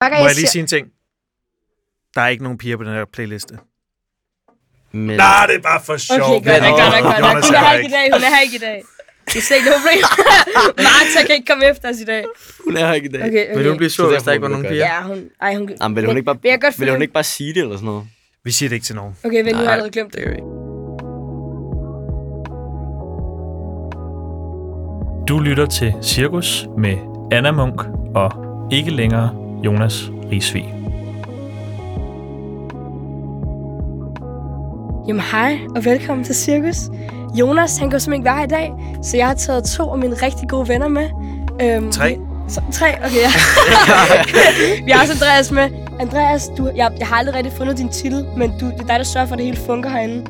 Bakker, Må jeg jeg lige siger- sige en ting? Der er ikke nogen piger på den her playliste. Men, Nej, det er bare for sjov. Okay, godt nok, godt nok, godt nok. Jonas Hun er er her der ikke i ikke. dag, hun er her ikke i dag. Det er slet ikke noget problem. Martha kan ikke komme efter os i dag. hun er her ikke i dag. Okay, okay. Øh, Vil hun blive sur, Så hvis der derfor ikke var må nogen du piger? Ja, hun... Ej, hun... Jamen, vil hun ikke bare, Vil jeg godt vil hun følge- ikke bare sige det eller sådan noget? Vi siger det ikke til nogen. Okay, vent, nu har jeg allerede glemt det det. er jo ikke. Du lytter til Cirkus med Anna Munk og ikke længere Jonas Risvig. Jamen hej, og velkommen til Cirkus. Jonas, han kan simpelthen ikke være her i dag, så jeg har taget to af mine rigtig gode venner med. Øhm, Tre. Så, tre, okay. Ja. Vi har også Andreas med. Andreas, du, jeg, jeg har aldrig rigtig fundet din titel, men du, det er dig, der sørger for, at det hele funker herinde.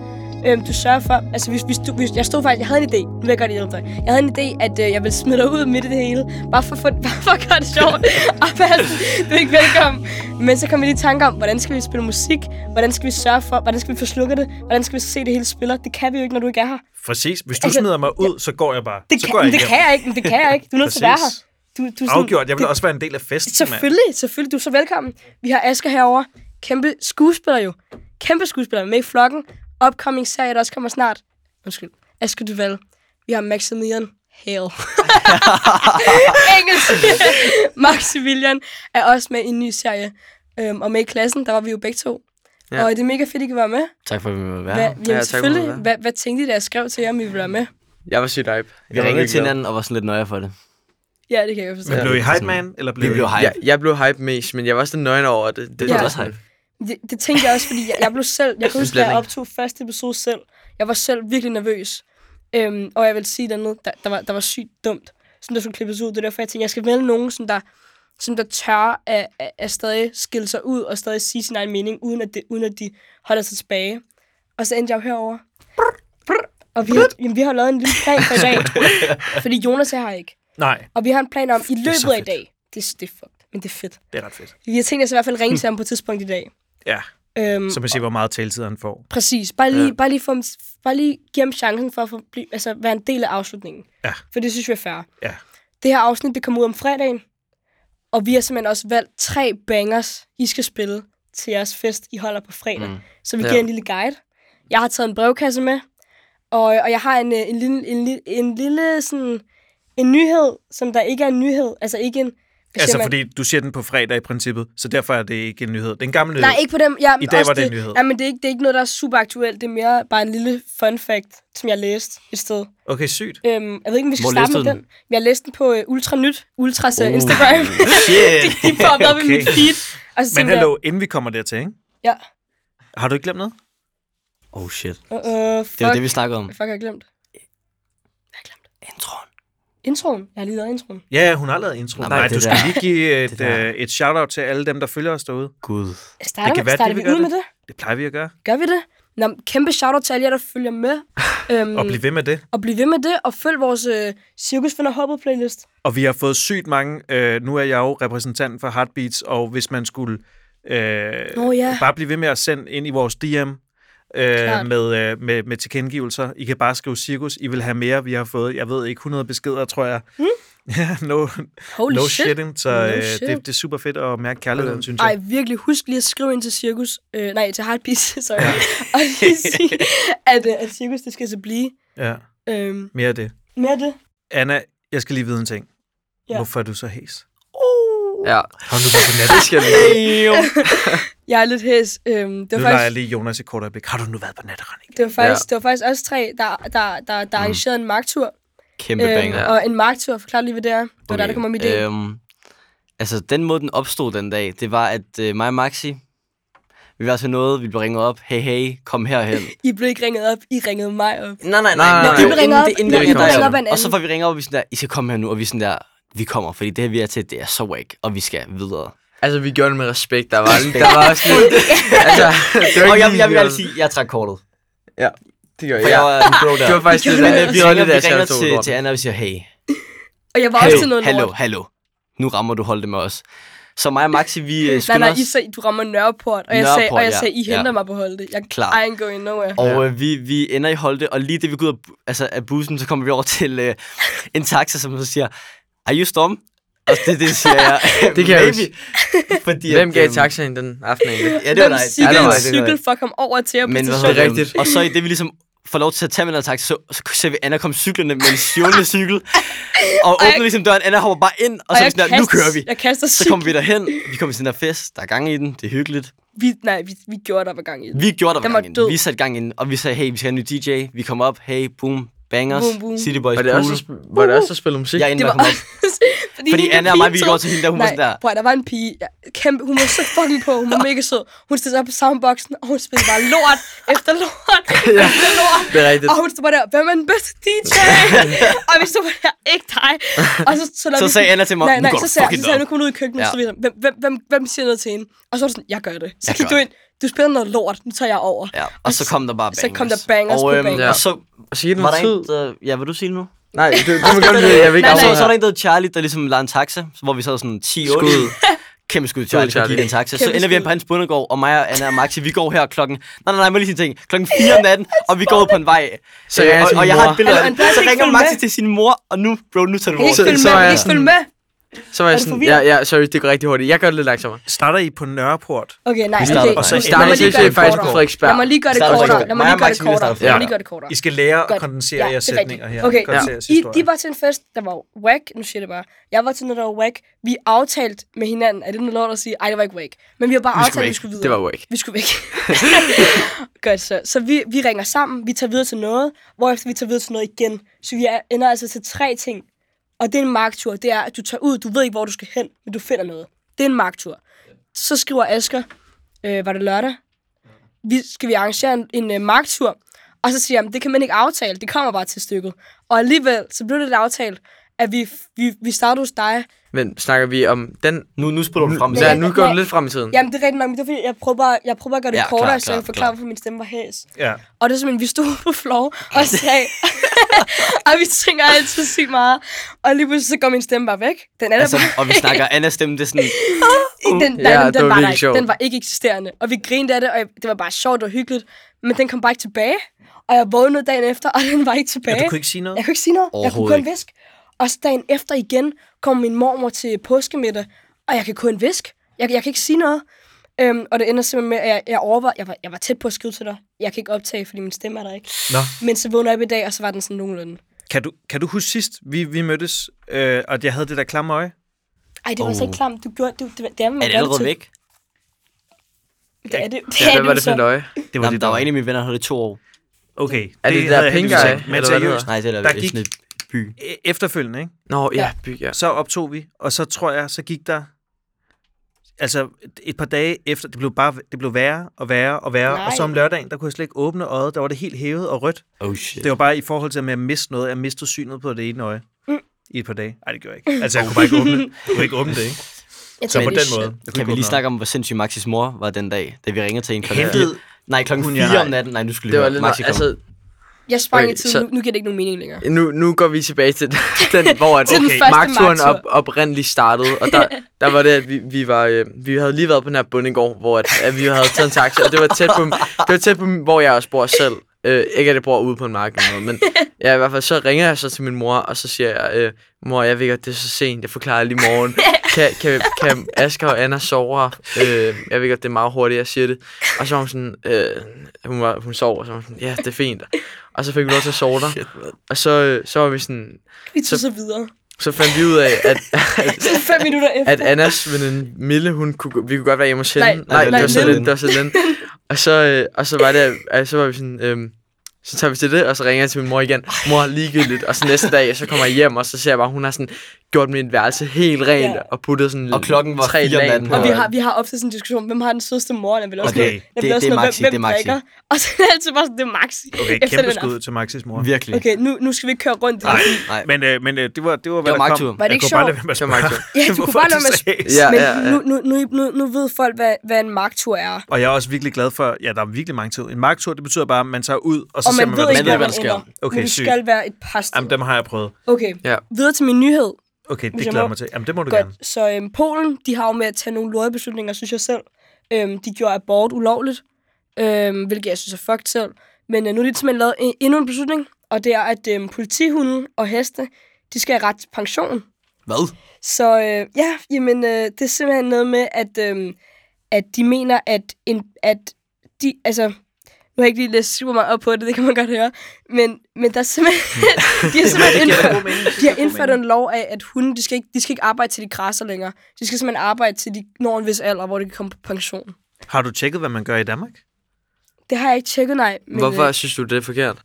Øhm, du sørger for, altså hvis, hvis, du, hvis, jeg stod faktisk, jeg havde en idé, nu vil jeg godt hjælpe dig. Jeg havde en idé, at øh, jeg ville smide dig ud midt i det hele, bare for, for, bare for at gøre det sjovt. og bare sådan, du er ikke velkommen. Men så kom jeg lige i tanke om, hvordan skal vi spille musik? Hvordan skal vi sørge for, hvordan skal vi få slukket det? Hvordan skal vi se det hele spiller? Det kan vi jo ikke, når du ikke er her. Præcis. Hvis du Altså, smider mig ud, så går jeg bare. Det, så kan, går jeg men det hjem. kan jeg ikke, men det kan jeg ikke. Du er nødt til at være her. Præcis. Du, du er sådan- Afgjort. Jeg vil også være en del af festen, mand. Selvfølgelig, selvfølgelig. Du er så velkommen. Vi har Asger herover. Kæmpe skuespiller jo. Kæmpe skuespiller med i flokken. Upcoming serie, der også kommer snart. Undskyld. Asger Duval. Vi har Maximilian Hale. Engelsk. Maximilian er også med i en ny serie. Øhm, og med i klassen, der var vi jo begge to. Ja. Ja. Og det er mega fedt, I kan være med. Tak for, at vi måtte være Hvad, her. jamen, Ja, tak for, at vi måtte selvfølgelig. være her. Hvad, hvad tænkte I, da jeg skrev til jer, om I ville være med? Jeg var sygt hype. Vi Jeg, var ringede virkelig til glad. hinanden og var sådan lidt nøje for det. Ja, det kan jeg jo forstå. Men Ja. blev I hype man, eller blev Vi blev I- hype. jeg, jeg blev hype mest, men jeg var også lidt nøgen over det. Det var var Ja. også hype. Det, det tænkte jeg også, fordi jeg, jeg blev selv... Jeg kan huske, da jeg blanding. optog første episode selv. Jeg var selv virkelig nervøs. Øhm, og jeg vil sige noget, der, der, var, der var sygt dumt, som der skulle klippes ud. Det er derfor, jeg tænkte, jeg skal melde nogen, som der, som der tør at, at, at stadig skille sig ud og stadig sige sin egen mening, uden at, det, uden at de holder sig tilbage. Og så endte jeg jo herovre. Og vi har, jamen, vi har lavet en lille plan for i dag, fordi Jonas er her ikke. Nej, Og vi har en plan om, i er så løbet af i fedt. dag, det, det er fucked, men det er fedt. det er ret fedt. Vi har tænkt os i hvert fald at ringe til ham på et tidspunkt i dag. Ja, Øhm, så man ser, hvor meget taletid han får. Præcis. Bare lige, ja. Ja. bare lige, få, dem- bare lige give dem chancen for at få blive, altså, være en del af afslutningen. Ja. For det synes vi er fair. Ja. Det her afsnit, det kommer ud om fredagen. Og vi har simpelthen også valgt tre bangers, I skal spille til jeres fest, I holder på fredag. Mm. Mm. Så vi Ja. giver en lille guide. Jeg har taget en brevkasse med. Og, og jeg har en, øh, en, lille, en, lille, en lille sådan, en nyhed, som der ikke er en nyhed. Altså ikke en... hvad siger Altså, man? fordi du siger den på fredag i princippet, så derfor er det ikke en nyhed. Det er en gammel nyhed. Nej, ikke på dem. Ja, Øh, I dag også var det en nyhed. Ja, men det er, ikke, det er ikke noget, der er super aktuelt. Det er mere bare en lille fun fact, som jeg læste et sted. Okay, sygt. Øhm, jeg ved ikke, om vi skal Hvor starte læste med du den. Jeg læste den på uh, Ultra Nyt, Ultras uh, Oh, Instagram. Shit! De poppede op i mit Okay. feed. Og så Men tænkte jeg, hallo, inden vi kommer dertil, ikke? Ja. Har du ikke glemt noget? Oh shit. uh, uh, fuck, Det var det, vi snakkede om. fuck, har jeg glemt? Hvad har jeg glemt? Introen. Introen. Jeg har lige lavet introen. Ja, ja, hun har lavet intro. Nej, Nej, Nej det du skal der- lige give et, det der. øh, et shout-out til alle dem, der følger os derude. Gud. Jeg Det starter, kan med, være, starter det, vi vi gør ud med det. Det plejer vi at gøre. Gør vi det? Nå, men kæmpe shout-out til alle jer, der følger med. Øhm, Og blive ved med det. og bliv ved med det, og følg vores øh, Cirkus Finder Hoppet playlist. Og vi har fået sygt mange. Øh, nu er jeg jo repræsentant for Heartbeats, og hvis man skulle øh, Nå ja. bare blive ved med at sende ind i vores DM øh, med, øh, med, med tilkendegivelser. I kan bare skrive cirkus. I vil have mere. Vi har fået, jeg ved ikke, 100 beskeder, tror jeg. Mm. no, Holy no shit. shitting. Så No øh, shit. Det, det er super fedt at mærke kærligheden, synes Ej, jeg. virkelig, husk lige at skrive ind til Cirkus, øh, nej, til Heartbeat, sorry, og lige sige, at, øh, at Cirkus, det skal så blive. Ja, Øh, mere af det. med af det. Anna, jeg skal lige vide en ting. Ja. Ja. Hvorfor er du så hæs? Uh. Ja, Har du været på natten? det skal vi. Jeg er lidt hæs. Øh, det, Nu var leger jeg faktisk, lige Jonas i kort øjeblik. Har du nu været på natterending? det, var faktisk, det var faktisk også tre, der, der, der, der arrangerede en marktur. Kæmpe Øh, banger. og en marktur, forklar lige, hvad det er. Det var okay. der, der kom om idé. Øh, Øhm, altså, den måde, den opstod den dag, det var, at øh, mig og Maxi, vi var til noget, vi blev ringet op, hey, hey, kom herhen. I blev ikke ringet op, I ringede mig op. nej, nej, nej, nej, nej, I det blev var ringet inden det, op- inden det, I inden blev ringet det, op af en Og så anden. får vi ringet op, og vi er sådan der, I skal komme her nu, og vi er sådan der, vi kommer, fordi det her, vi er til, det er så wack, og vi skal videre. Altså, vi gjorde det med respekt. Der var, der var også lidt... altså, det var Og ikke jeg, lige- jeg vil altså sige, jeg trak kortet. Det gør For jeg. jeg var en bro der. Det var faktisk Vi det, ringer- der, Vi vi var ringer, lidt vi af ringer Charlotte til, til Anna, og vi siger, hey, Og jeg var også til hallo, noget hallo, lort. hallo. Nu rammer du holdet med os. Så mig og Maxi, vi øh, Nej, skynder nej, os. I sagde, du rammer Nørreport, og jeg sagde, og Nørreport, jeg ja. sagde I henter Ja. mig på holdet. Jeg Klar. I ain't going nowhere. Og øh, vi, vi ender i Holte, og lige det vi går ud af, altså, af bussen, så kommer vi over til øh, en taxa, som så siger, Are you Storm? Og det, det siger jeg. Det kan jeg Maybe. ikke. Fordi, Hvem at, gav øhm, taxaen den aften egentlig? Ja, det var Hvem dig. Ja, det cyklede var en dig, det var cykel for at komme over til at Men hvad så hedder det det er stationen? rigtigt. rigtigt. Og så i det, vi ligesom får lov til at tage med den taxa, så, så ser vi Anna komme cyklerne med en stjålende cykel. Og jeg- åbner ligesom døren, Anna hopper bare ind, og, så er vi sådan der, nu kører vi. Jeg kaster Så cykel. kommer vi derhen, vi kommer til den der fest, der er gang i den, det er hyggeligt. Vi, nej, vi, vi gjorde der var gang i det. Vi gjorde der Den var var gang død. inden. Vi satte gang inden, og vi sagde, hey, vi skal have en ny DJ. Vi kom op, hey, boom, bangers, Boom, boom. City Boys Var det, pool. også, at sp- var det også at spille musik? Jeg er inde, Det med at var komme op. Fordi hende Anna og mig, vi pige gik over til hende, der hun var Nej, sådan der. Prøv, der var en pige. Ja, kæmpe, hun var så fucking på. Hun var mega sød. Hun stillede sig op på soundboxen, og hun spillede bare lort efter lort efter lort. Det er rigtigt. Og hun stod bare der, hvem er den bedste DJ? og vi stod bare der, ikke dig. Og så, så, Så sagde Anna til mig, nej, nu nej, går så du sagde, så fucking sagde jeg, nu op. kom hun ud i køkkenet, ja. Ja. så vi sådan, hvem, hvem, hvem, hvem siger noget til hende? Og så var det sådan, jeg gør det. Så Jeg gik du gør ind, du spiller noget lort, nu tager jeg over. Ja, og så kom der bare bangers. Så kom der bangers og, øhm, på bangers. Og så Sige det var der noget en, tid. der, ja, vil du sige det nu? Nej, det, det må godt øh, lide. Jeg vil ikke Nej, Og så, nej. så var der afhøre. en, der hed Charlie, der ligesom lavede en taxa, hvor vi sad sådan 10 8 Skud. Kæmpe skud, Charlie, Charlie. der gik i en taxa. så Kæmpe ender vi hen skud. på hans bundegård, og mig og Anna og Maxi, vi går her klokken... Nej, nej, nej, må lige sige en ting. Klokken 4 om natten, og vi går ud på en vej. Så Øh, ringer og, jeg til og, min jeg har mor. et billede Hallo, af Andreas, det. Så ikke ringer følg Maxi med. til sin mor, og nu, bro, nu tager du Jeg kan ikke over. følge så med, var jeg kan jeg ikke følge med. Så var jeg Er du sådan, ja, forvirret? ja, sorry, det går rigtig hurtigt. Jeg gør det lidt langsommere. Starter I på Nørreport? Okay, nej, Vi starter- okay. og så Nu- starter lad mig vi lige seriøst gøre det faktisk på kortere. Frederiksberg. Lad mig lige gøre det Starter kortere. Frederiksberg. Lad mig Mig lige og gøre det Maxine kortere. starter Lad mig Frederiksberg. lige gøre det kortere. I skal lære Godt. at kondensere Ja, jeres det er rigtigt. sætninger her. Okay, Kondenseres I, historier. de var til en fest, der var whack. Nu siger jeg det bare. Jeg var til noget, der var whack. Vi aftalte med hinanden. Er det noget lort at sige? Ej, det var ikke whack. Men vi har bare Vi skulle aftalt, at vi væk. skulle videre. Det var jo ikke. Vi skulle væk. Godt så. Så vi, vi ringer sammen, vi tager videre til noget, hvorefter vi tager videre til noget igen. Så vi er, ender altså til tre ting. Og det er en marktur. Det er, at du tager ud, du ved ikke, hvor du skal hen, men du finder noget. Det er en marktur. Så skriver Asger, øh, var det lørdag? Vi, skal vi arrangere en, en øh, marktur? Og så siger jeg, det kan man ikke aftale, det kommer bare til stykket. Og alligevel, så blev det lidt aftalt, at vi, vi, vi startede hos dig. Men snakker vi om den? Nu, nu spiller du frem. Men- Ja, Så, nu går du lidt frem i tiden. Jamen, det er rigtigt nok, men det er, fordi jeg prøver bare, jeg prøver bare at gøre det Ja, klar, kortere, så jeg klar, kan forklare, klar. hvorfor min stemme var hæs. Ja. Og det er simpelthen, vi stod på floor og sagde, og vi synger altid sygt meget. Og lige pludselig så går min stemme bare væk. Den er altså, altså, der og vi snakker Annas stemme, det er sådan... bare, den, Ja, nej, den, den, det var var der virkelig ikke. sjovt. den var ikke eksisterende. Og vi grinede af det, og jeg, det var bare sjovt og hyggeligt. Men den kom bare ikke tilbage. Og jeg vågnede dagen efter, og den var ikke tilbage. ja, du kunne ikke sige noget? Jeg kunne ikke sige noget. Jeg kunne Overhovedet kun visk. Og så dagen efter igen kom min mormor til påskemiddag, og jeg kan kun visk. Jeg, jeg kan ikke sige noget. Øhm, og det ender simpelthen med, at jeg, jeg overvejer, jeg var, jeg var tæt på at skrive til dig. Jeg kan ikke optage, fordi min stemme er der ikke. Nå. Men så vågner jeg op i dag, og så var den sådan nogenlunde. Kan du, kan du huske sidst, vi, vi mødtes, øh, og at jeg havde det der klamme øje? Ej, det var oh. altså Oh. ikke klamt. Du gjorde, du, det, det er, hvad man Er det gør allerede til. væk? Det er det. det, Ja, er hvad var jo det for så. et øje? Det Jamen, der var en en... af mine venner, der havde det i to år. Okay. Er det det der havde jeg pink heldigvis eye, ikke, Men eller hvad det seriøst, Nej, det er Der der gik- sådan et by. e- efterfølgende, ikke? Nå, ja, Ja. by, ja. så optog vi, og så tror jeg, så gik der... Altså et par dage efter, det blev bare det blev værre og værre og værre, Nej. og så om lørdagen, der kunne jeg slet ikke åbne øjet, der var det helt hævet og rødt. Oh shit. Det var bare i forhold til, at jeg mistede noget, jeg mistede synet på det ene øje Mm. i et par dage. Nej, det gjorde jeg ikke. Altså jeg kunne bare ikke åbne det. Jeg kunne ikke åbne det, ikke? Jeg Så tænker, på det er den shit. måde. jeg kunne ikke Kan vi åbne lige øjet. snakke om, hvor sindssyg Maxis mor var den dag, da vi ringede til hende klokken Hentede, Nej, klokken Hun, ja, 4 om nej. natten. Nej, nu skulle Det var lige lidt, høre. Maxi kom. altså, Jeg sprang i Okay, tiden. så- Nu, nu giver det ikke nogen mening længere. nu, nu går vi tilbage til den, hvor at Til den okay, første markturen marktur. op, oprindeligt startede. Og der, der var det, at vi, vi, var, øh, vi havde lige været på den her bundegård, hvor at, at vi havde taget en taxa. Og det var tæt på, det var tæt på hvor jeg også bor selv. Øh, ikke at jeg bor ude på en mark eller noget, men ja, i hvert fald så ringer jeg så til min mor, og så siger jeg, øh, mor, jeg ved godt, det er så sent, jeg forklarer lige i morgen. Kan, kan, kan Asger og Anna sove her? Øh, jeg ved godt, det er meget hurtigt, jeg siger det. Og så var hun sådan, øh, hun, var, hun sover, og så var hun sådan, ja, det er fint. Og så fik vi lov til at sove der. Og så, øh, så var vi sådan, Vi tog Så- så videre. så fandt vi ud af, at, at, Fem minutter efter. at Annas veninde Mille, hun kunne, gå- vi kunne godt være hjemme hos hende. Nej, nej, nej, det var så Lynn. lidt, det var så lidt. Og så, øh, og så var det, at- at, så var vi sådan, øhm, så tager vi til det, og så ringer jeg til min mor igen. Mor, ligegyldigt. Og så næste dag, så kommer jeg hjem, og så ser jeg bare, hun har sådan gjort mit værelse helt rent, Ja. og puttet sådan Og klokken var tre fire om lag natten. på. Og vi Ja. har, vi har ofte sådan en diskussion, hvem har den sødeste mor, eller vel også Okay, noget- det- der bliver det også er noget, Maxi, hvem- det er hvem Maxi. drikker. Og så er det altid bare sådan, det er Maxi. okay, Efter kæmpe den aften. skud til Maxis mor. Virkelig. Okay, nu, nu skal vi ikke køre rundt i det. Nej. Men, øh, men øh, det var, det var, Det hvad var der kom. magtturen. Var det Jeg ikke kunne bare sjovt? lade være med at Det var magtturen. spørge, Ja, du kunne hvorfor bare lade være sagde Ja, Men ja, ja. nu, nu, nu, nu, nu ved folk, hvad, hvad en marktur er. Og jeg er også virkelig glad for, ja, der er virkelig mange tid. En marktur, det betyder bare, at man tager ud, og så Og ser man man, ved hvad ikke, der hvor sker. hvad man der sker. ender. Okay, Men vi sygt. skal være et par steder. Jamen, dem har jeg prøvet. Okay, Ja. videre til min nyhed. Okay, det Hvis jeg glæder må- jeg mig til. Jamen, det må du gerne. Godt. Så øhm, Polen, de har jo med at tage nogle lortebeslutninger, synes jeg selv. Øhm, de gjorde abort ulovligt, øhm, hvilket jeg synes er fucked selv. Men øh, nu er de simpelthen lavet en, endnu en beslutning, og det er, at øhm, politihunden og heste, de skal have ret til pension. Hvad? Så øh, ja, jamen, øh, det er simpelthen noget med, at, øh, at de mener, at, en, at de, altså, nu har jeg ikke lige læst super meget op på det, det kan man godt høre, men, men der er simpelthen, de har simpelthen indført, de har indført en lov af, at hunde, de skal, ikke, de skal ikke arbejde til de krasser længere. De skal simpelthen arbejde til de når en vis alder, hvor de kan komme på pension. Har du tjekket, hvad man gør i Danmark? Det har jeg ikke tjekket, nej. Men, Hvorfor Øh, synes du, det er forkert?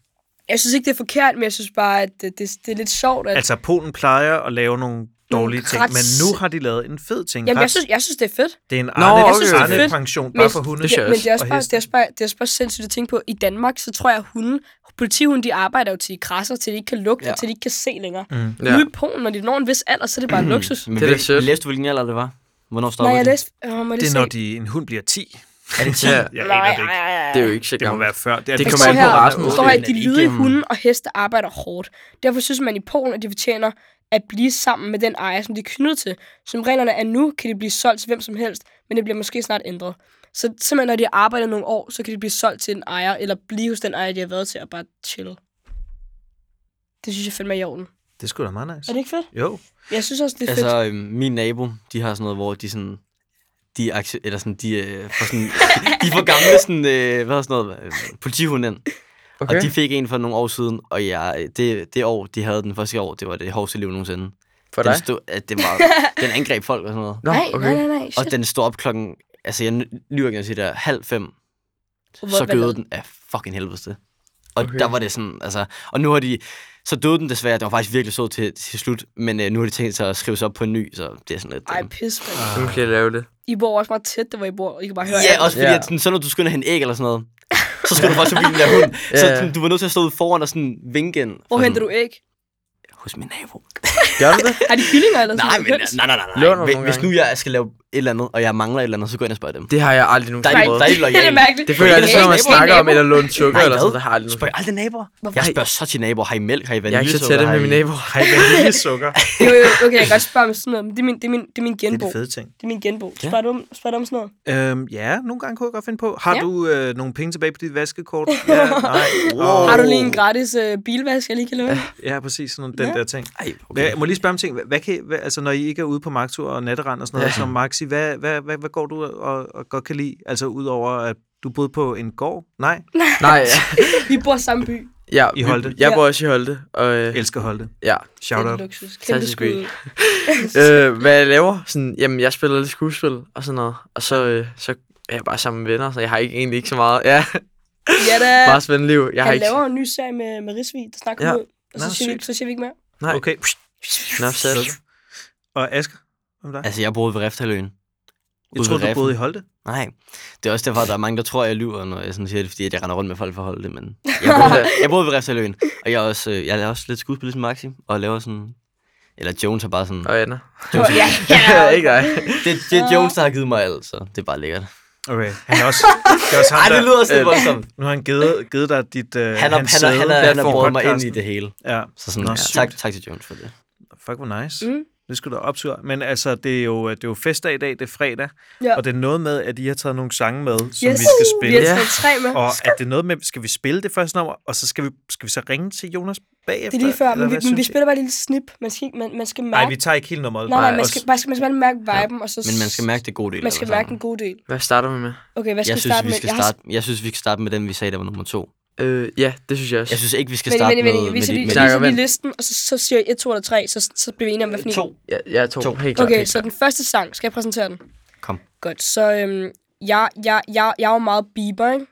jeg synes ikke, det er forkert, men jeg synes bare, at det, det, det er lidt sjovt, at Altså, Polen plejer at lave nogle dårlige ting, ret- men nu har de lavet en fed ting. Jamen, jeg Ret- synes, jeg synes, det er fedt. det er en Nå, Arne, okay. Arne, Jeg synes, det er Arne fedt. pension bare Men- for hunde. Det synes jeg Ja, men det er, også og bare, heste. det, er også bare, det er også bare sindssygt at tænke på. I Danmark, så tror jeg, at hunde, politihunden, de arbejder jo til de krasser, til de ikke kan lugte, Ja. ja. til de ikke kan se længere. Mm. Ja. Nu i Polen, når de når en vis alder, så er det bare luksus. Men Det er da hvil- sødt. Læste du, hvilken alder det var? Hvornår Nej, stoppede jeg det? læste... Åh, må jeg Det lige er, når se? de, en hund bliver 10. Er det Ja, Jeg Nej, aner det ej, ikke. ej, ej. det er jo ikke så Det må gammelt. være før. Det, er- Det Der kommer står an på her- racen. Der står her, at de Det er lydige igennem- hunde og heste arbejder hårdt. Derfor synes man i Polen, at de fortjener at blive sammen med den ejer, som de er knyttet til. Som reglerne er nu, kan de blive solgt til hvem som helst, men det bliver måske snart ændret. Så simpelthen, når de har arbejdet nogle år, så kan de blive solgt til en ejer, eller blive hos den ejer, de har været til, og bare chille. Det synes jeg fandme er i orden. det er sgu da meget Er nice. det ikke fedt? Jo. Jeg synes også, det er fedt. Altså, øhm, min nabo, de har sådan noget, hvor de sådan... De, er aktie- eller sådan, de, øh, for sådan, de får gamle sådan, øh, hvad er sådan noget, øh, politihunden. Okay. Okay. Og de fik en for nogle år siden, og jeg, det, det år, de havde den første år, det var det hårdeste liv nogensinde. For Den, dig? stod, at det var, den angreb folk og sådan noget. Nå, nej, okay. nej, nej, nej. Shit. Og den stod op klokken, altså jeg n- lyver ikke, når jeg siger det, er halv fem. Hvor- så hvad døde lavede den af fucking helvede. Og Okay. okay. der var det sådan, altså, og nu har de, så døde den desværre, det var faktisk virkelig sød til, til slut, men øh, nu har de tænkt sig at skrive sig op på en ny, så det er sådan lidt... Ej, Øh, pis, man. Nu kan jeg lave det. I bor også meget tæt, der hvor I bor. I kan bare høre ja, også fordi, Ja. at sådan, så når du skynder hen æg eller sådan noget, så skal du faktisk forbi den der hund. Så Ja. sådan, du var nødt til at stå ude foran og sådan vinke ind. Hvor henter du æg? Hos min nabo. Gør du det? Er de kyllinger eller sådan Nej, men altså, øh, noget? nej, nej, nej. Låner du nej. Hvis, nogle hvis nu gange? jeg skal lave et eller andet, og jeg mangler et eller andet, så går jeg ind og spørger dem. Det har jeg aldrig Der er nogensinde de, prøvet. der er de Det er lojale. mærkeligt. Det føler jeg, det er Ikke sådan, når man nabo, snakker om, nabo. eller låne sukker, Nej, eller sådan hvad? noget, det har jeg aldrig Spørg aldrig naboer. Hvorfor? Jeg spørger så til naboer, har I mælk, har I Jeg er ikke så vaniljesukker? tæt med har min I- nabo. Hej, vaniljesukker. Jo, jo, okay, jeg kan godt spørge om sådan noget, men det er min, det er min, det er min det er genbo. de fede ting. Det er min genbo. Ja. Spørger du om, spørger du om sådan noget? Øhm, ja, nogle gange kunne jeg godt finde på. Har Ja. du øh, nogle penge tilbage på dit vaskekort? Ja, nej. Oh. Wow. Har du lige en gratis øh, bilvask, jeg lige kan låne? Ja, præcis. Sådan nogle- den Ja. der ting. Ej, Hvad, okay. Jeg må lige spørge om ting. Hvad- Hvad kan, hvad, altså, når I ikke er ude på magtur og natterand og sådan noget, ja. som Maxi, hvad, hvad, hvad, hvad går du og, og godt kan lide? Altså, udover at du boede på en gård? Nej, Nej, ja. Vi bor i samme by. Det ja, I Holte? Jeg bor også i Holte, og øh, elsker Holte. ja. Shout er out. et luksus. Kæmpe Fantastisk skud. by. Øh, hvad jeg laver? Sådan, jamen, jeg spiller lidt skuespil og sådan noget, og så, øh, så er jeg bare sammen med venner, så jeg har ikke, egentlig ikke så meget. Ja, Ja da. meget spændende liv. Jeg har Han ikke... laver en ny serie med, med Risvig, der snakker Ja. ja. ud. Og så, Nå, siger vi, sygt. ikke- så siger vi ikke mere. Nej. Okay. psh, Nå, sæt. Og Asger? Hvem dig? Altså, jeg boede ved Riftaløen. Jeg troede, du boede i Holte. Nej, det er også derfor, at der er mange, der tror, jeg lyver, når jeg sådan siger det, fordi at jeg render rundt med folk for at holde det, men jeg boede, jeg boede ved Refsaløen, og jeg, er også, øh, jeg laver også lidt skuespil ligesom Maxi, og laver sådan, eller Jones har bare sådan, Og Anna. Ja, Ja, ikke dig. det, det er Jones, der har givet mig alt, så det er bare lækkert. Okay. Han er også, det er også ham, Ej, det der- lyder også lidt øh, voldsomt. Nu har han givet, givet dig dit øh, Han har, hans han har, sæde han har, han har på båret mig ind podcasten. i det hele. Ja. Så sådan, Nå, ja, sygt. tak, tak til Jones for det. Fuck, hvor nice. Mm. Mm. Det skulle da optur. Men altså, det er, jo, det er jo festdag i dag, det er fredag, ja. Ja. og det er noget med, at I har taget nogle sange med, som yes. Yes. vi skal Vi spille. har Yes. taget tre med. Og er det noget med, skal vi spille det første nummer, og så skal vi, skal vi så ringe til Jonas bagefter? Det er lige før, eller men vi, hvad men vi synes I? spiller bare et lille snip. Man skal, ikke- man, man skal Nej, mærke... vi tager ikke hele nummeret. nej, nej, man Og- skal, man skal, man skal bare mærke viben, og så... Men man skal mærke det gode del. man af skal det mærke sammen. en god del. Hvad starter vi med? Okay, hvad skal jeg vi synes, starte vi med? skal Jeg har- starte, jeg synes, vi skal starte med den, vi sagde, der var nummer to. Øh, ja, det synes jeg også. Jeg synes ikke, vi skal Vent, starte vent, med, vent, med, vi de- ser lige, med, så- vi Jacob, ser vent. lige listen, og så, så siger jeg 1, 2 eller 3, så, så bliver vi enige om, hvad for de- en. to. Jeg, jeg er to. To. Helt klart. Okay, helt så den første sang, skal jeg præsentere den? Kom. Godt, så øhm, jeg, jeg, jeg, jeg er jo meget Bieber, ikke?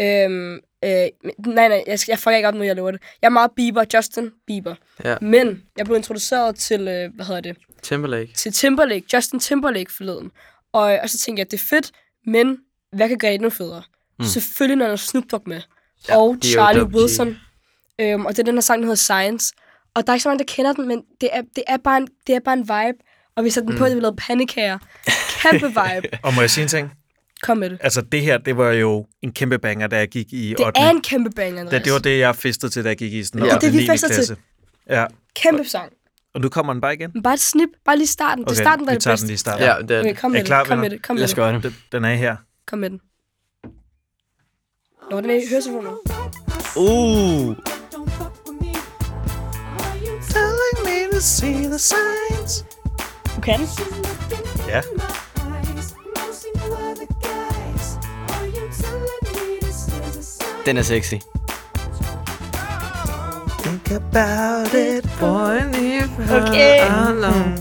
Øhm, øh, men- nej, nej, jeg, skal- jeg fucker ikke op nu, jeg lover det. Jeg er meget Bieber, Justin Bieber. Ja. Men jeg blev introduceret til, øh, hvad hedder det, klart. Timberlake. til Timberlake, Justin Timberlake forleden. Og, og så tænkte jeg, det er fedt, men hvad kan gøre det endnu federe? Mm. Selvfølgelig, når der er Snoop Dogg med. Ja, og er jo Charlie WG. Wilson. Øhm, og det er den her sang, der hedder Science. Og der er ikke så mange, der kender den, men det er, det er, bare, en, det er bare en vibe. Og vi satte den mm. på, at vi lavede panikære. Kæmpe vibe. Og må jeg sige en ting? Kom med det. Altså, det her, det var jo en kæmpe banger, da jeg gik i Det 8. er en kæmpe bang, Da, Andreas. det var det, jeg festede til, da jeg gik i sådan Ja. ja. Og det er vi fester klasse. Ja, Kæmpe sang. og nu kommer den bare igen. Men bare et snip. Bare lige starten. Okay, det er starten, der vi er det tager den bedste. lige i starten. Ja, Ja. det er Okay, det. kom Er I med klar, det. Kom med venner? det. Kom Lad med os det. gøre det. Den, den er her. Kom med den. Nå, den er i høretelefoner. Uh! Uh. Don't fuck with me. Are you Telling me to see the signs. kan. Ja. Den er sexy. Think about it, boy, leave her Okay. alone.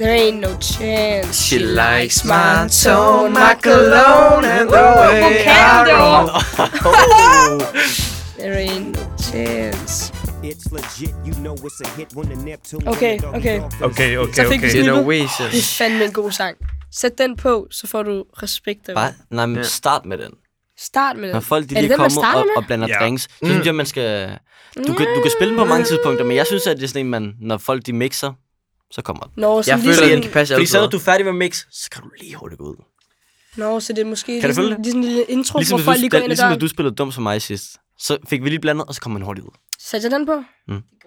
There ain't no chance. She likes my tone, my cologne, and the way I Volcano. roll. There ain't no chance. It's legit, you know it's a hit when the Neptune. Okay, okay. Okay, Så okay, fik vi okay. Det er snippet. Oasis. Det er fandme en god sang. Sæt den på, så får du respekt. derude. Bare, nej, men Ja. start med den. Start med Når den. folk de Øh, Er det lige den, man kommer starter Mm. og, med? og blander Ja. drinks, så synes jeg, man skal... Du kan, du kan spille den på mange tidspunkter, men jeg synes, at det er sådan en, man, når folk de mixer, så kommer den. Nå, så Jeg lige føler, sådan- den kan passe Fordi alle så når steder. du er færdig med mix, så kan du lige hurtigt gå ud. Nå, så det er måske du lige følge sådan, det? lige sådan en lille intro, ligesom, Ligesom, hvis hvor du, folk lige går da- ind ad ligesom da døren. du spillede dum som mig sidst, så fik vi lige blandet, og så kom man hurtigt ud. Satte jeg den på?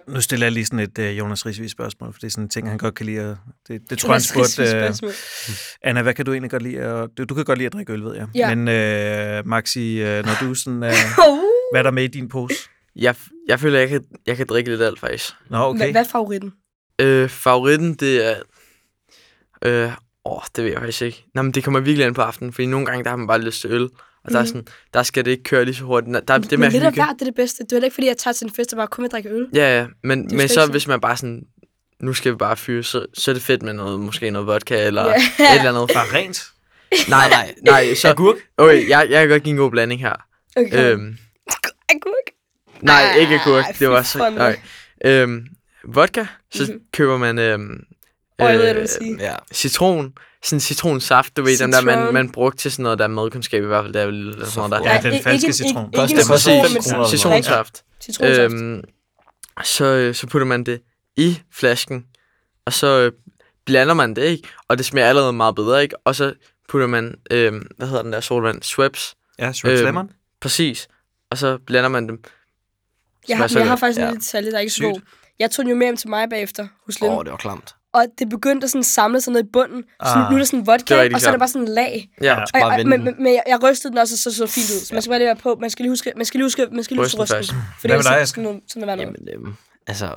Nu stiller jeg lige sådan et øh, Jonas Risvig spørgsmål, for det er sådan en ting, han godt kan lide. At, det, det tror jeg, han Jonas Risvig spurgte. Øh, spørgsmål. Anna, hvad kan du egentlig godt lide? At, du, du kan godt lide at drikke øl, ved jeg. Ja. Men øh, Maxi, øh, når du sådan... Øh, hvad er der med i din pose? Jeg, jeg føler, jeg kan, jeg kan drikke lidt alt, faktisk. Nå, Hva- okay. Hvad er favoritten? Øh, favoritten, det er... Øh, åh, det ved jeg faktisk ikke. Nå, men det kommer virkelig an på aftenen, fordi nogle gange, der har man bare lyst til øl. Og der, er sådan, der skal det ikke køre lige så hurtigt. Der, der, det er Mhm. Men mere lidt af hygge. hvert, det er det bedste. Det er heller ikke, fordi jeg tager til en fest og bare kun vil drikke øl. Ja, ja. Men, jo men slet så ikke hvis man bare sådan, nu skal vi bare fyre, så, så er det fedt med noget, måske noget vodka eller Ja. et eller andet. Bare rent. Nej, nej, nej. Så, Agurk? okay, jeg, jeg kan godt give en god blanding her. Okay. Øhm, Agurk. nej, Ej, ikke agurk. fy Det var så... Ah, fanden. Nej. Øhm, vodka, så køber man øhm, Åh, jeg ved, hvad du vil Øh, sige. Ja. citron. Sådan en citronsaft, du ved, den der, Citron. man, man brugte til sådan noget der madkundskab, i hvert fald, der er lidt sådan noget der. Ja, Nej, den ikke- falske ikke- citron. ikke- ikke Det en koster citron, seks men kroner. sådan- Citronsaft. Citronsaft. Øhm, så, øh, så putter man det i flasken, og så øh, blander man det, ikke? Og det smager allerede meget bedre, ikke? Og så putter man, øh, hvad hedder den der solvand? Schweppes. Ja, Shrimp Øhm, Lemon. Præcis. Og så blander man dem. Jeg har, smager så jeg har godt. faktisk en Ja. lille detalje, der er ikke så Sygt. god. Jeg tog den jo med hjem til mig bagefter hos Lind, Åh, oh, det var klamt. og det begyndte at sådan samle sig ned i bunden. Så nu, Ah. nu er der sådan Det var vodka, rigtig og så er der klamt. bare sådan en lag. Ja, Ja. Og, Bare og, vende men, den. men, men jeg, jeg rystede den også, og så så det fint ud. Så man skal bare lige være på. Man skal lige huske, man skal lige huske, man skal lige huske Rysten rysten. først. For Hvad med dig, det er Asger? sådan, noget- sådan noget andet. Jamen, øhm, altså,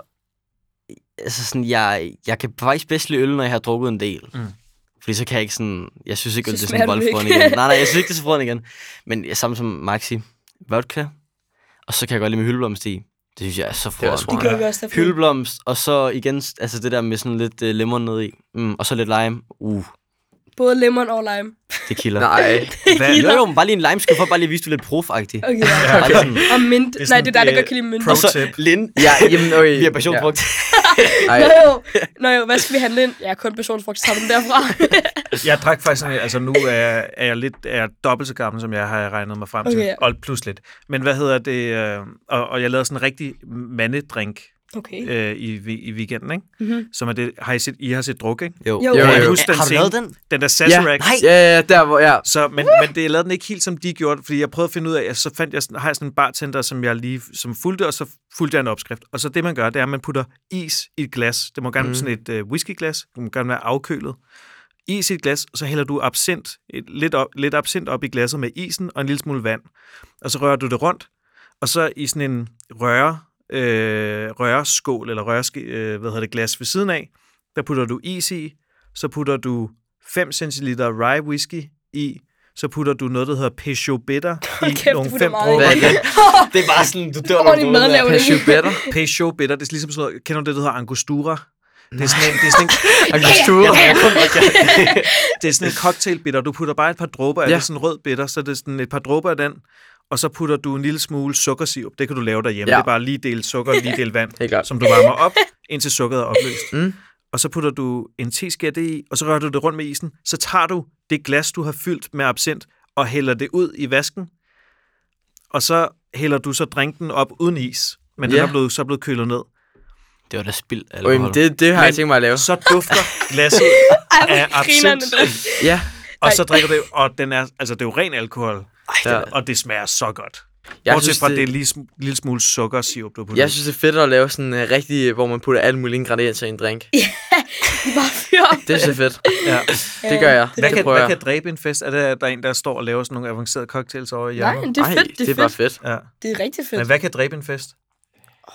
altså sådan, jeg, jeg kan faktisk bedst lide øl, når jeg har drukket en del. Mm. Mm. Fordi så kan jeg ikke sådan, jeg synes ikke, Så øl det er smager sådan du ikke. voldfruen igen. Nej, nej, jeg synes ikke, det er så fruen igen. Men jeg, samme som Maxi, vodka, og så kan jeg godt lide med hyldeblomst i. Det synes jeg er så det er fruen. også Det smart. gjorde vi også derfor. Hyldeblomst, og så igen, altså det der med sådan lidt øh, lemon ned i, mm, og så lidt lime. Uh, Både lemon og lime. det kilder. Nej, Hvad, Jo, jo, men bare lige en limeskål for at bare lige vise, du er lidt prof-agtig. Okay, ja. Bare lige sådan- Og mint. Det er Nej, sådan, det er dig, der det er godt kan lide mint. pro Og så tip. Lind, ja, jamen, okay. vi har passionsfrugt. Ja, Nå ej, jo, nå jo, hvad skal vi handle ind? Jeg er kun personsfrugt, så tager den derfra. Jeg drak faktisk sådan, altså nu er, er jeg lidt er jeg dobbelt så gammel, som jeg har regnet mig frem til. Okay. Okay. Og plus lidt. Men hvad hedder det? Øh, og, og jeg lavede sådan en rigtig mandedrink Okay. øh, i, vi- i weekenden, ikke? Mm-hmm. Som er det, har I, set, I har set druk, ikke? Jo. Jo. jo. Jo, Kan I jo. huske den Har du scene? lavet den? Den der ja, Sazerac. ja, ja, der hvor, ja. Så, men, men det lavede den ikke helt, som de gjorde, fordi jeg prøvede at finde ud af, at så fandt jeg, sådan- har jeg sådan en bartender, som jeg lige som fulgte, og så fulgte jeg en opskrift. Og så det, man gør, det er, at man putter is i et glas. Det må gerne være sådan et øh, whiskyglas, det må gerne være afkølet. Is i et glas, og så hælder du absint, et, lidt, op, lidt absint op i glasset med isen og en lille smule vand. Og så rører du det rundt, og så i sådan en røre, øh, røreskål, eller rørske, øh, hvad hedder det, glas ved siden af, der putter du is i, så putter du 5 centiliter rye whisky i, så putter du noget, der hedder Peugeot Bitter i kæft, du nogle putter fem meget dråber. Hvad er det? Det er bare sådan, du dør, Hvor er din madlav? Passion better. Peugeot Bitter, det er ligesom sådan noget, kender du det, der hedder Angostura? Det er sådan en, det er sådan en, Og kastura. det er sådan en cocktailbitter. Du putter bare et par dråber af ja. Ja. det, er sådan en rød bitter, så det er sådan et par dråber af den, og så putter du en lille smule sukkersirup. Det kan du lave derhjemme. Ja. Det er bare lige del sukker og lige del vand, Helt klart. som du varmer op, indtil sukkeret er opløst. Mm. Og så putter du en teske i, og så rører du det rundt med isen. Så tager du det glas, du har fyldt med absint, og hælder det ud i vasken. Og så hælder du så drinken op uden is. Men den Ja. er blevet, så er blevet kølet ned. Det var da spild af Okay, alkohol. men det, det har jeg Men- tænkt mig at lave. Så dufter glasset af Grineren, absint. den. Ja, Og så drikker du det, og den er, altså, det er jo ren alkohol, ja. og det smager så godt. Jeg Jeg Bortset synes, fra, det, det er det, lige sm- lille smule sukkersirup, du har jeg synes, det er fedt at lave sådan en rigtig, hvor man putter alle mulige ingredienser i en drink. Bare fyr op. Det synes jeg er fedt. ja. Det gør jeg. hvad, det kan, prøver hvad jeg. kan dræbe en fest? Er det, at der er en, der står og laver sådan nogle avancerede cocktails over i Nej, hjørnet? det er fedt, det det er er bare fedt. fedt. Ja. Det er rigtig fedt. Men hvad kan dræbe en fest?